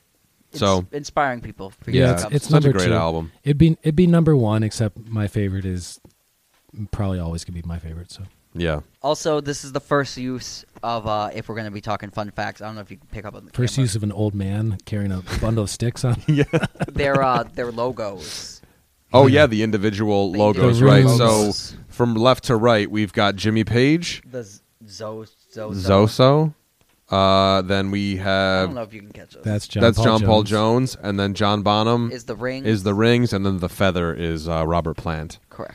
[SPEAKER 2] It's
[SPEAKER 3] so
[SPEAKER 2] inspiring people. For
[SPEAKER 3] Yeah,
[SPEAKER 2] years
[SPEAKER 4] it's,
[SPEAKER 2] to come.
[SPEAKER 4] it's
[SPEAKER 3] Such a
[SPEAKER 4] number
[SPEAKER 3] great
[SPEAKER 4] two.
[SPEAKER 3] album.
[SPEAKER 4] It'd be it'd be number one, except my favorite is probably always could be my favorite. So
[SPEAKER 3] yeah,
[SPEAKER 2] also this is the first use of uh, if we're going to be talking fun facts. I don't know if you can pick up on the
[SPEAKER 4] first
[SPEAKER 2] camera.
[SPEAKER 4] use of an old man carrying a bundle of sticks on.
[SPEAKER 2] their uh, their logos.
[SPEAKER 3] Oh yeah, the individual
[SPEAKER 2] The
[SPEAKER 3] logos,
[SPEAKER 4] individual
[SPEAKER 3] right?
[SPEAKER 4] logos.
[SPEAKER 3] So from left to right, we've got Jimmy Page,
[SPEAKER 2] The Z- Zo Zo
[SPEAKER 3] Zoso. Uh, then we
[SPEAKER 2] I
[SPEAKER 3] have
[SPEAKER 2] don't know if you can catch this.
[SPEAKER 4] That's John.
[SPEAKER 3] that's
[SPEAKER 4] Paul
[SPEAKER 3] John Paul
[SPEAKER 4] Jones.
[SPEAKER 3] Jones, and then John Bonham
[SPEAKER 2] is the ring
[SPEAKER 3] is the rings, and then the feather is uh, Robert Plant.
[SPEAKER 2] correct.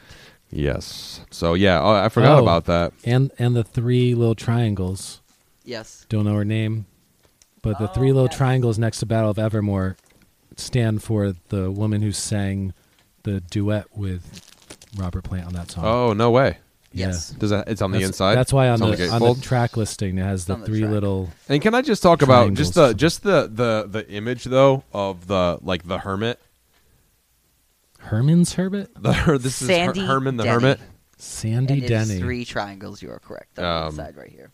[SPEAKER 3] Yes. So yeah, oh, I forgot
[SPEAKER 4] Oh.
[SPEAKER 3] about that.
[SPEAKER 4] and and the three little triangles.
[SPEAKER 2] Yes.
[SPEAKER 4] Don't know her name, but the three
[SPEAKER 2] Oh,
[SPEAKER 4] little
[SPEAKER 2] yes.
[SPEAKER 4] triangles next to Battle of Evermore stand for the woman who sang the duet with Robert Plant on that song.
[SPEAKER 3] Oh no way!
[SPEAKER 4] Yeah.
[SPEAKER 2] Yes.
[SPEAKER 3] Does that? It's on the
[SPEAKER 4] That's-
[SPEAKER 3] inside.
[SPEAKER 4] That's why on
[SPEAKER 3] It's
[SPEAKER 4] the, on the
[SPEAKER 3] gatefold?
[SPEAKER 4] track listing it has the
[SPEAKER 2] On the
[SPEAKER 4] three
[SPEAKER 2] track.
[SPEAKER 4] little.
[SPEAKER 3] And can I just talk about just the
[SPEAKER 4] Triangles.
[SPEAKER 3] just the the the image though of the like the hermit?
[SPEAKER 4] Herman's Herbert,
[SPEAKER 3] The her, this is
[SPEAKER 2] Sandy
[SPEAKER 3] Her- Herman the
[SPEAKER 2] Denny.
[SPEAKER 3] hermit.
[SPEAKER 4] Sandy
[SPEAKER 2] And it is
[SPEAKER 4] Denny.
[SPEAKER 2] three triangles. You are correct. On
[SPEAKER 3] Um,
[SPEAKER 2] the side right here.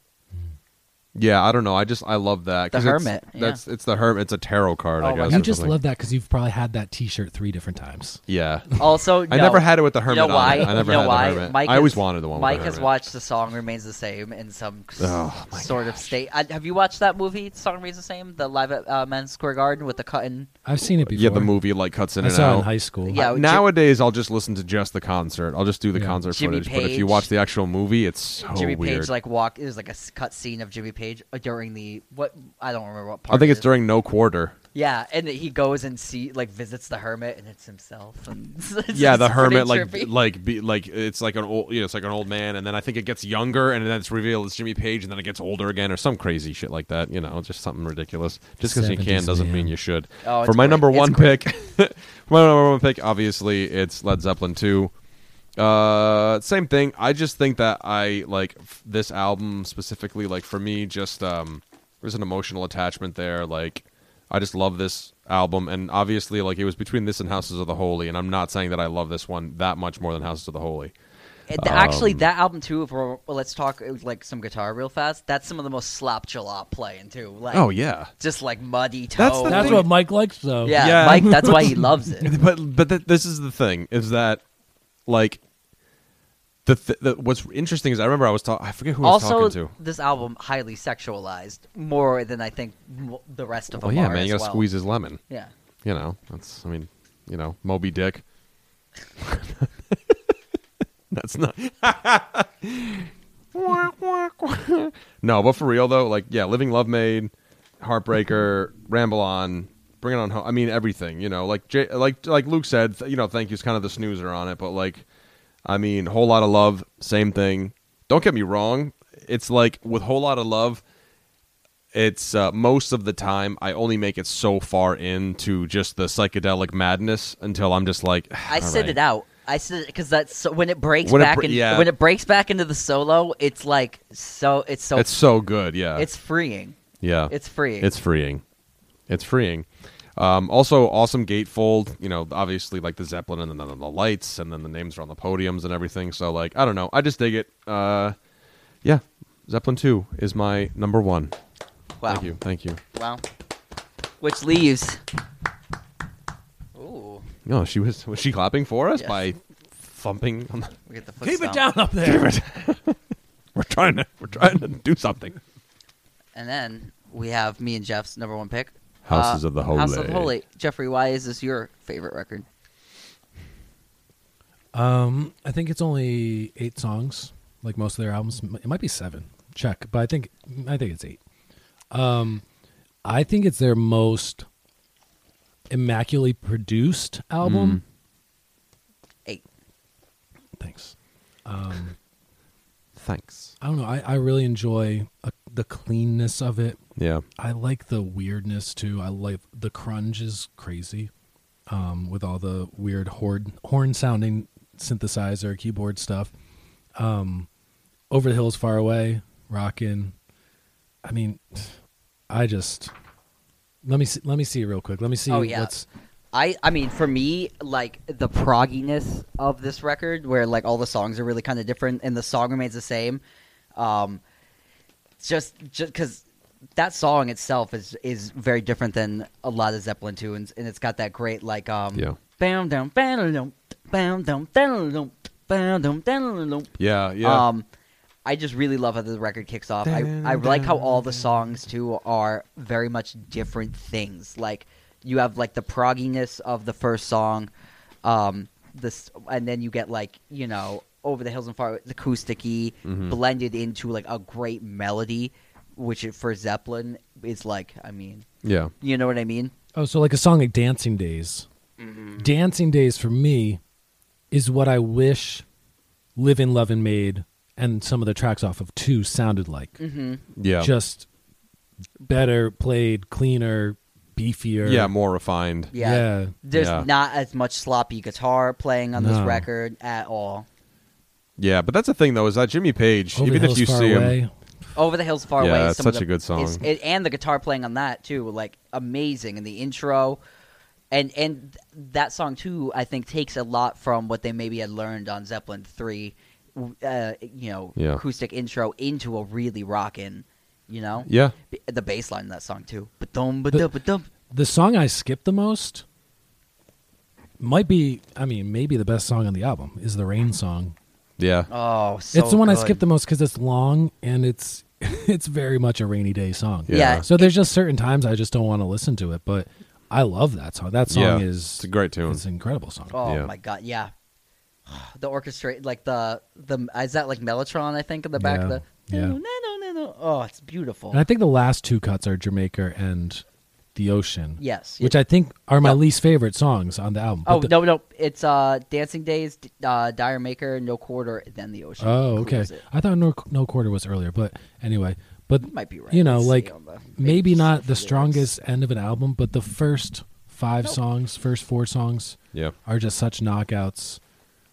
[SPEAKER 3] Yeah, I don't know. I just I love that. 'cause
[SPEAKER 2] The
[SPEAKER 3] it's-
[SPEAKER 2] hermit, yeah.
[SPEAKER 3] That's it's the hermit. It's a tarot card.
[SPEAKER 2] Oh
[SPEAKER 3] I
[SPEAKER 2] my
[SPEAKER 3] guess.
[SPEAKER 2] God.
[SPEAKER 4] You
[SPEAKER 3] or
[SPEAKER 4] just
[SPEAKER 3] something.
[SPEAKER 4] love that because you've probably had that T-shirt three different times.
[SPEAKER 3] Yeah.
[SPEAKER 2] Also,
[SPEAKER 3] I
[SPEAKER 2] no.
[SPEAKER 3] never had it with the hermit.
[SPEAKER 2] You know why?
[SPEAKER 3] On it. I never
[SPEAKER 2] you know
[SPEAKER 3] had
[SPEAKER 2] why?
[SPEAKER 3] the hermit.
[SPEAKER 2] Mike
[SPEAKER 3] I always
[SPEAKER 2] has-
[SPEAKER 3] wanted the one.
[SPEAKER 2] Mike
[SPEAKER 3] with the
[SPEAKER 2] has
[SPEAKER 3] hermit.
[SPEAKER 2] watched the song remains the same in some s-
[SPEAKER 3] Oh, my
[SPEAKER 2] sort of state. I, have you watched that movie? Song remains the same. The live at uh, Men's Square Garden with the cut in.
[SPEAKER 4] I've seen it before.
[SPEAKER 3] Yeah, the movie like cuts in
[SPEAKER 4] I
[SPEAKER 3] and
[SPEAKER 4] saw
[SPEAKER 3] out. Uh,
[SPEAKER 4] it in high school.
[SPEAKER 2] Yeah. Jim-
[SPEAKER 3] Nowadays, I'll just listen to just the concert. I'll just do the
[SPEAKER 4] Yeah.
[SPEAKER 3] concert
[SPEAKER 2] Jimmy
[SPEAKER 3] footage. But if you
[SPEAKER 2] Page.
[SPEAKER 3] watch the actual movie, it's so
[SPEAKER 2] Jimmy
[SPEAKER 3] Oh, weird.
[SPEAKER 2] Page like walk. It was like a s- cut scene of Jimmy Page uh, during the what I don't remember what part.
[SPEAKER 3] I think
[SPEAKER 2] it
[SPEAKER 3] it's
[SPEAKER 2] is.
[SPEAKER 3] during No Quarter.
[SPEAKER 2] Yeah, and he goes and see like visits the hermit, and it's himself. And it's- it's
[SPEAKER 3] yeah, the
[SPEAKER 2] pretty
[SPEAKER 3] hermit like
[SPEAKER 2] trippy.
[SPEAKER 3] like be, like it's like an old you know it's like an old man, and then I think it gets younger, and then it's revealed it's Jimmy Page, and then it gets older again, or some crazy shit like that. You know, just something ridiculous. Just because you can
[SPEAKER 4] 70s
[SPEAKER 3] doesn't
[SPEAKER 4] man.
[SPEAKER 3] mean you should.
[SPEAKER 2] Oh,
[SPEAKER 3] For
[SPEAKER 2] it's
[SPEAKER 3] my
[SPEAKER 2] great.
[SPEAKER 3] number
[SPEAKER 2] It's
[SPEAKER 3] one
[SPEAKER 2] great.
[SPEAKER 3] pick, for my number one pick, obviously it's Led Zeppelin two. Uh, same thing. I just think that I like f- this album specifically. Like for me, just um, there's an emotional attachment there. Like I just love this album, and obviously, like it was between this and Houses of the Holy. And I'm not saying that I love this one that much more than Houses of the Holy.
[SPEAKER 2] And th-
[SPEAKER 3] um,
[SPEAKER 2] actually, that album too. If we're, well, let's talk uh, like some guitar real fast. That's some of the most slop jalop playing too. Like
[SPEAKER 3] Oh yeah,
[SPEAKER 2] just like muddy toe.
[SPEAKER 3] That's the
[SPEAKER 4] That's
[SPEAKER 3] thing-
[SPEAKER 4] what Mike likes though.
[SPEAKER 2] yeah,
[SPEAKER 3] Yeah.
[SPEAKER 2] Mike. That's why he loves it.
[SPEAKER 3] but but th- this is the thing is that like the, th- the what's interesting is I remember I was talking I forget who I was
[SPEAKER 2] also,
[SPEAKER 3] talking to.
[SPEAKER 2] this album highly sexualized more than I think m- the rest of
[SPEAKER 3] Well,
[SPEAKER 2] them
[SPEAKER 3] yeah,
[SPEAKER 2] are
[SPEAKER 3] man, you
[SPEAKER 2] as
[SPEAKER 3] gotta
[SPEAKER 2] well.
[SPEAKER 3] squeeze his lemon.
[SPEAKER 2] Yeah,
[SPEAKER 3] You know, that's I mean, you know, Moby Dick. that's not. no, but for real though, like yeah, Living Love Made, Heartbreaker, Ramble On, Bring It On Home. I mean, everything. You know, like J- like like Luke said, th- you know, thank you's kind of the snoozer on it, but like I mean, whole lot of love, same thing. Don't get me wrong. It's like with whole lot of love, it's uh, most of the time I only make it so far into just the psychedelic madness until I'm just like
[SPEAKER 2] I sit it out. I sit because that's so, when it breaks
[SPEAKER 3] When it
[SPEAKER 2] back.
[SPEAKER 3] bre-
[SPEAKER 2] in,
[SPEAKER 3] yeah.
[SPEAKER 2] When it breaks back into the solo, it's like so. It's so.
[SPEAKER 3] It's
[SPEAKER 2] It's,
[SPEAKER 3] so good, yeah.
[SPEAKER 2] freeing.
[SPEAKER 3] yeah.
[SPEAKER 2] It's freeing.
[SPEAKER 3] It's freeing. It's freeing. Um, also, awesome gatefold. You know, obviously, like the Zeppelin and then the, the lights, and then the names are on the podiums and everything. So, like, I don't know. I just dig it. Uh, yeah, Zeppelin Two is my number one.
[SPEAKER 2] wow.
[SPEAKER 3] Thank you. Thank you.
[SPEAKER 2] Wow. Which leaves. Ooh.
[SPEAKER 3] No, she was was she clapping for us
[SPEAKER 2] Yes.
[SPEAKER 3] by thumping? On the,
[SPEAKER 2] We get the foot
[SPEAKER 4] Keep it
[SPEAKER 2] stomp.
[SPEAKER 4] down up there.
[SPEAKER 3] we're trying to we're trying to do something.
[SPEAKER 2] And then we have me and Jeff's number one pick. Uh,
[SPEAKER 3] Houses of the
[SPEAKER 2] House of the
[SPEAKER 3] Holy.
[SPEAKER 2] Holy. Jeffrey, why is this your favorite record?
[SPEAKER 4] Um, I think it's only eight songs, like most of their albums. It might be seven. Check, but I think I think it's eight. Um, I think it's their most immaculately produced album.
[SPEAKER 2] Eight.
[SPEAKER 4] Thanks.
[SPEAKER 3] Thanks.
[SPEAKER 4] I don't know. I, I really enjoy uh, the cleanness of it.
[SPEAKER 3] Yeah.
[SPEAKER 4] I like the weirdness too. I like the crunge is crazy, um, with all the weird horn horn sounding synthesizer keyboard stuff. Um, Over the hills, far away, rockin'. I mean, I just let me see, let me see real quick. Let me see
[SPEAKER 2] Oh, yeah.
[SPEAKER 4] what's
[SPEAKER 2] I I mean for me like the progginess of this record where like all the songs are really kind of different and the song remains the same um just just cuz that song itself is is very different than a lot of Zeppelin tunes and it's got that great like um
[SPEAKER 3] Yeah.
[SPEAKER 2] bam down bam down bam down bam down bam down bam down
[SPEAKER 3] Yeah. Yeah.
[SPEAKER 2] um, I just really love how the record kicks off. I, I like how all the songs too are very much different things. Like you have like the progginess of the first song, um, this, and then you get like you know over the hills and far the acousticy
[SPEAKER 3] Mm-hmm.
[SPEAKER 2] blended into like a great melody, which for Zeppelin is like I mean
[SPEAKER 3] yeah.
[SPEAKER 2] you know what I mean.
[SPEAKER 4] oh, so like a song like Dancing Days.
[SPEAKER 2] Mm-hmm.
[SPEAKER 4] Dancing Days for me is what I wish Live in Love and Made and some of the tracks off of Two sounded like.
[SPEAKER 2] Mm-hmm.
[SPEAKER 3] Yeah.
[SPEAKER 4] just better played, cleaner, beefier.
[SPEAKER 3] yeah. More refined.
[SPEAKER 2] Yeah.
[SPEAKER 4] Yeah.
[SPEAKER 2] There's
[SPEAKER 3] Yeah.
[SPEAKER 2] not as much sloppy guitar playing on this
[SPEAKER 4] No.
[SPEAKER 2] record at all.
[SPEAKER 3] Yeah, but that's the thing though is that Jimmy Page,
[SPEAKER 4] Over
[SPEAKER 3] even
[SPEAKER 4] the
[SPEAKER 3] if
[SPEAKER 4] Hills
[SPEAKER 3] you
[SPEAKER 4] Far
[SPEAKER 3] see
[SPEAKER 4] away.
[SPEAKER 3] him,
[SPEAKER 2] Over the Hills Far
[SPEAKER 3] Yeah,
[SPEAKER 2] Away.
[SPEAKER 3] that's
[SPEAKER 2] some of
[SPEAKER 3] such
[SPEAKER 2] the-
[SPEAKER 3] a good song.
[SPEAKER 2] is- it, and the guitar playing on that too, like amazing in the intro, and and th- that song too, I think takes a lot from what they maybe had learned on Zeppelin three, w- uh, you know,
[SPEAKER 3] Yeah.
[SPEAKER 2] acoustic intro into a really rockin', you know,
[SPEAKER 3] yeah,
[SPEAKER 2] B- the bass line in that song too. Ba-dum, ba-dum, ba-dum.
[SPEAKER 4] The song I skipped the most might be, I mean, maybe the best song on the album is the Rain song.
[SPEAKER 3] yeah,
[SPEAKER 2] Oh, so
[SPEAKER 4] it's the one I
[SPEAKER 2] good.
[SPEAKER 4] skipped the most because it's long and it's it's very much a rainy day song.
[SPEAKER 3] Yeah.
[SPEAKER 2] Yeah,
[SPEAKER 4] So there's just certain times I just don't want to listen to it, but I love that song. That song
[SPEAKER 3] yeah.
[SPEAKER 4] is
[SPEAKER 3] it's a great tune.
[SPEAKER 4] it's an incredible song.
[SPEAKER 2] Oh
[SPEAKER 3] Yeah.
[SPEAKER 2] my god, yeah. The orchestrate like the the is that like Mellotron I think in the back of
[SPEAKER 4] Yeah,
[SPEAKER 2] the
[SPEAKER 4] yeah.
[SPEAKER 2] no no no no oh it's beautiful
[SPEAKER 4] And I think the last two cuts are Jamaica and The Ocean.
[SPEAKER 2] yes
[SPEAKER 4] which I think are my
[SPEAKER 2] No.
[SPEAKER 4] least favorite songs on the album. But
[SPEAKER 2] oh
[SPEAKER 4] the-
[SPEAKER 2] no no it's uh Dancing Days D- uh, Dire Maker No Quarter then the Ocean
[SPEAKER 4] Oh,
[SPEAKER 2] Cool
[SPEAKER 4] okay.
[SPEAKER 2] as it.
[SPEAKER 4] I thought no, no quarter was earlier, but anyway, but
[SPEAKER 2] You might be right
[SPEAKER 4] you know,
[SPEAKER 2] Let's see
[SPEAKER 4] like
[SPEAKER 2] on the-
[SPEAKER 4] maybe not the
[SPEAKER 2] lyrics.
[SPEAKER 4] strongest end of an album, but the first five
[SPEAKER 2] Nope.
[SPEAKER 4] songs, first four songs
[SPEAKER 3] yeah,
[SPEAKER 4] are just such knockouts.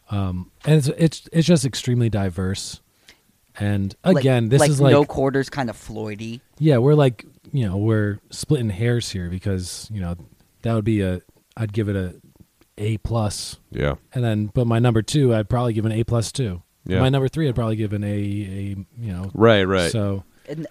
[SPEAKER 4] Um, and it's it's it's just extremely diverse. And
[SPEAKER 2] Like-
[SPEAKER 4] again, this
[SPEAKER 2] like
[SPEAKER 4] is like
[SPEAKER 2] No Quarters kind of Floydy
[SPEAKER 4] yeah, we're like you know we're splitting hairs here because you know that would be a I'd give it a A plus
[SPEAKER 3] yeah,
[SPEAKER 4] and then, but my number two, I'd probably give an A plus two.
[SPEAKER 3] Yeah.
[SPEAKER 4] My number three, I'd probably give an A, a you know.
[SPEAKER 3] right, right.
[SPEAKER 4] So
[SPEAKER 2] and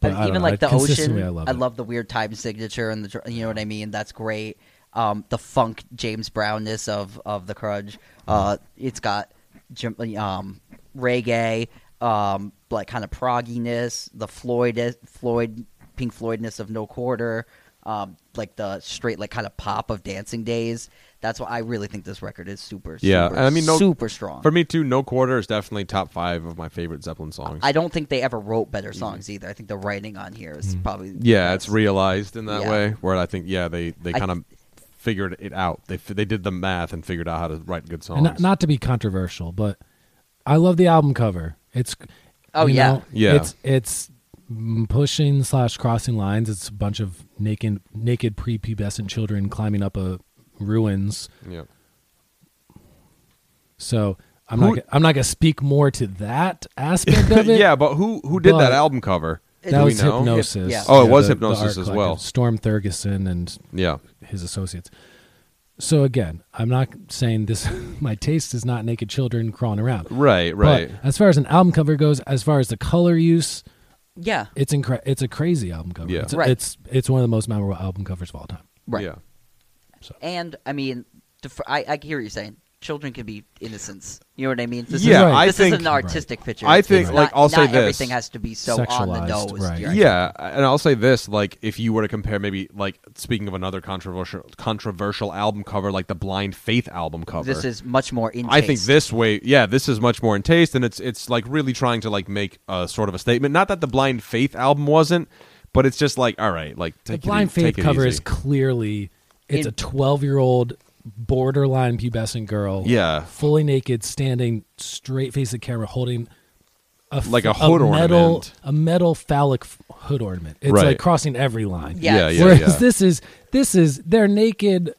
[SPEAKER 4] But
[SPEAKER 2] I mean,
[SPEAKER 4] I don't
[SPEAKER 2] even
[SPEAKER 4] know,
[SPEAKER 2] like
[SPEAKER 4] I-
[SPEAKER 2] the
[SPEAKER 4] consistently
[SPEAKER 2] Ocean
[SPEAKER 4] I love it.
[SPEAKER 2] the weird time signature and the dr- you know what I mean that's great um the funk James Brownness of of the Crudge
[SPEAKER 4] Mm-hmm.
[SPEAKER 2] uh it's got jam- um reggae um like kind of progginess the Floyd Floyd Pink Floydness of No Quarter um like the straight like kind of pop of Dancing Days that's why I really think this record is super
[SPEAKER 3] Yeah,
[SPEAKER 2] super,
[SPEAKER 3] and I mean, No-
[SPEAKER 2] super strong
[SPEAKER 3] For me too, No Quarter is definitely top five of my favorite Zeppelin songs.
[SPEAKER 2] I don't think they ever wrote better songs either. I think the
[SPEAKER 4] Mm-hmm.
[SPEAKER 2] writing on here is probably
[SPEAKER 3] yeah, Mm-hmm. it's realized in that
[SPEAKER 2] Yeah.
[SPEAKER 3] way where I think yeah they they
[SPEAKER 2] I-
[SPEAKER 3] kind of figured it out. They f- they did the math and figured out how to write good songs.
[SPEAKER 4] And not, not to be controversial, but I love the album cover. It's
[SPEAKER 2] Oh,
[SPEAKER 4] you
[SPEAKER 2] yeah.
[SPEAKER 4] know,
[SPEAKER 3] Yeah.
[SPEAKER 4] It's it's mm, pushing slash crossing lines. It's a bunch of naked naked prepubescent children climbing up a ruins.
[SPEAKER 3] yeah.
[SPEAKER 4] So I'm
[SPEAKER 3] Who-
[SPEAKER 4] not gonna- I'm not gonna speak more to that aspect of it.
[SPEAKER 3] yeah, but who who did
[SPEAKER 4] But-
[SPEAKER 3] that album cover?
[SPEAKER 2] That
[SPEAKER 3] Do
[SPEAKER 4] that
[SPEAKER 3] we
[SPEAKER 4] was
[SPEAKER 3] know?
[SPEAKER 4] hypnosis.
[SPEAKER 2] Yeah.
[SPEAKER 3] Oh, it was
[SPEAKER 4] the- the
[SPEAKER 3] Hypnosis
[SPEAKER 4] art
[SPEAKER 3] as
[SPEAKER 4] collective.
[SPEAKER 3] well.
[SPEAKER 4] Storm Thurgeson and
[SPEAKER 3] Yeah.
[SPEAKER 4] his associates. So again, I'm not saying this. my taste is not naked children crawling around.
[SPEAKER 3] Right,
[SPEAKER 4] But
[SPEAKER 3] right.
[SPEAKER 4] as far as an album cover goes, as far as the color use,
[SPEAKER 2] Yeah.
[SPEAKER 4] it's incre- It's a crazy album cover.
[SPEAKER 3] Yeah.
[SPEAKER 4] It's,
[SPEAKER 2] Right.
[SPEAKER 4] it's it's one of the most memorable album covers of all time.
[SPEAKER 2] Right.
[SPEAKER 3] Yeah.
[SPEAKER 2] And I mean, to, fr- I, I hear what you're saying. Children can be innocence. You know what I mean? This
[SPEAKER 3] Yeah,
[SPEAKER 2] is,
[SPEAKER 3] I
[SPEAKER 2] this
[SPEAKER 3] think-
[SPEAKER 2] isn't an artistic picture.
[SPEAKER 3] I
[SPEAKER 2] It's
[SPEAKER 3] think,
[SPEAKER 2] not-
[SPEAKER 3] like, I'll say
[SPEAKER 2] not
[SPEAKER 3] this.
[SPEAKER 2] everything has to be so on the
[SPEAKER 4] Sexualized,
[SPEAKER 2] nose.
[SPEAKER 4] right.
[SPEAKER 2] Jared.
[SPEAKER 3] Yeah, and I'll say this: like, if you were to compare, maybe like speaking of another controversial controversial album cover, like the Blind Faith album cover,
[SPEAKER 2] This is much more in.
[SPEAKER 3] I think
[SPEAKER 2] taste.
[SPEAKER 3] this way, yeah, this is much more in taste, and it's it's like really trying to like make a sort of a statement. Not that the Blind Faith album wasn't, but it's just like, all right, like
[SPEAKER 4] The
[SPEAKER 3] take it
[SPEAKER 4] Blind
[SPEAKER 3] e-
[SPEAKER 4] Faith
[SPEAKER 3] take it
[SPEAKER 4] cover
[SPEAKER 3] easy.
[SPEAKER 4] is clearly it's
[SPEAKER 2] In-
[SPEAKER 4] a 12 year old borderline pubescent girl.
[SPEAKER 3] Yeah.
[SPEAKER 4] fully naked, standing straight face at camera, holding a f-
[SPEAKER 3] Like a hood
[SPEAKER 4] metal,
[SPEAKER 3] ornament.
[SPEAKER 4] a metal phallic f- hood ornament. It's
[SPEAKER 3] Right.
[SPEAKER 4] like crossing every line.
[SPEAKER 2] Yeah.
[SPEAKER 3] yeah, yeah,
[SPEAKER 4] Whereas
[SPEAKER 3] yeah.
[SPEAKER 4] this is this is they're naked.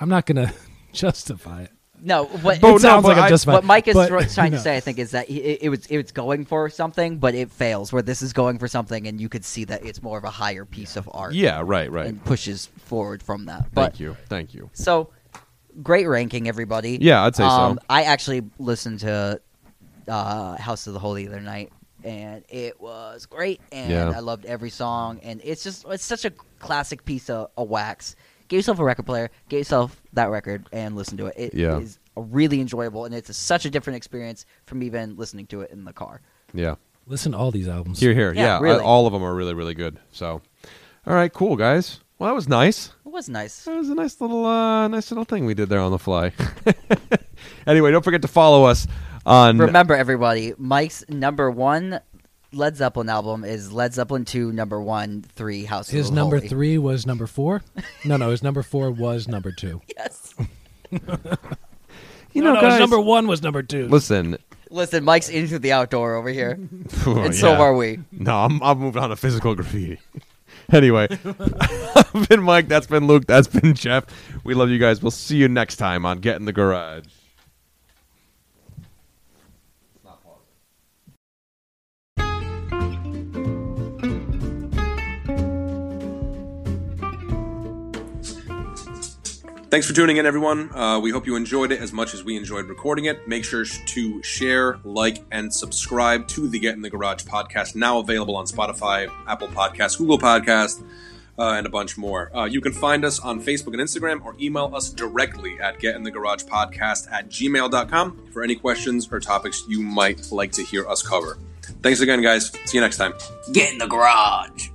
[SPEAKER 4] I'm not gonna justify it.
[SPEAKER 2] No, what,
[SPEAKER 3] But
[SPEAKER 4] it
[SPEAKER 3] Oh, no,
[SPEAKER 4] sounds like
[SPEAKER 3] I-
[SPEAKER 4] I'm justifying.
[SPEAKER 2] what Mike is
[SPEAKER 4] but,
[SPEAKER 2] thro- trying
[SPEAKER 4] no.
[SPEAKER 2] to say, I think, is that he- it, it was it was going for something, but it fails. Where this is going for something, and you could see that it's more of a higher piece of art.
[SPEAKER 3] yeah, right, right.
[SPEAKER 2] and pushes forward from that. But
[SPEAKER 3] Thank you, thank you.
[SPEAKER 2] So, great ranking, everybody. Um,
[SPEAKER 3] Yeah, I'd say so.
[SPEAKER 2] I actually listened to uh, House of the Holy the other night, and it was great, and
[SPEAKER 3] Yeah.
[SPEAKER 2] I loved every song, and it's just it's such a classic piece of, of wax. Get yourself a record player, get yourself that record, and listen to it. It is
[SPEAKER 3] Yeah.
[SPEAKER 2] really enjoyable, and it's such a different experience from even listening to it in the car.
[SPEAKER 3] Yeah,
[SPEAKER 4] Listen to all these albums.
[SPEAKER 3] here, here,
[SPEAKER 2] Yeah,
[SPEAKER 3] yeah. I-
[SPEAKER 2] really.
[SPEAKER 3] all of them are really, really good. So, all right, cool guys. Well, that was nice.
[SPEAKER 2] It was nice.
[SPEAKER 3] That was a nice little, uh, nice little thing we did there on the fly. anyway, don't forget to follow us on.
[SPEAKER 2] Remember, everybody, Mike's number one Led Zeppelin album is Led Zeppelin 2, number one, three, House of
[SPEAKER 4] His
[SPEAKER 2] the
[SPEAKER 4] number
[SPEAKER 2] Holy.
[SPEAKER 4] three was number four. No, no, his number four was number two.
[SPEAKER 2] Yes.
[SPEAKER 3] you
[SPEAKER 4] no,
[SPEAKER 3] know,
[SPEAKER 4] no,
[SPEAKER 3] guys,
[SPEAKER 4] his number one was number two.
[SPEAKER 3] listen.
[SPEAKER 2] Listen, Mike's into the outdoor over here, and so
[SPEAKER 3] Oh, Yeah.
[SPEAKER 2] are we.
[SPEAKER 3] No, I'm, I'm moving on to physical graffiti. anyway, I've been Mike. That's been Luke. That's been Jeff. We love you guys. We'll see you next time on Get in the Garage. Thanks for tuning in, everyone. Uh, we hope you enjoyed it as much as we enjoyed recording it. Make sure sh- to share, like, and subscribe to the Get in the Garage podcast, now available on Spotify, Apple Podcasts, Google Podcasts, uh, and a bunch more. Uh, you can find us on Facebook and Instagram or email us directly at getinthegaragepodcast at gmail.com for any questions or topics you might like to hear us cover. Thanks again, guys. See you next time.
[SPEAKER 1] Get in the garage.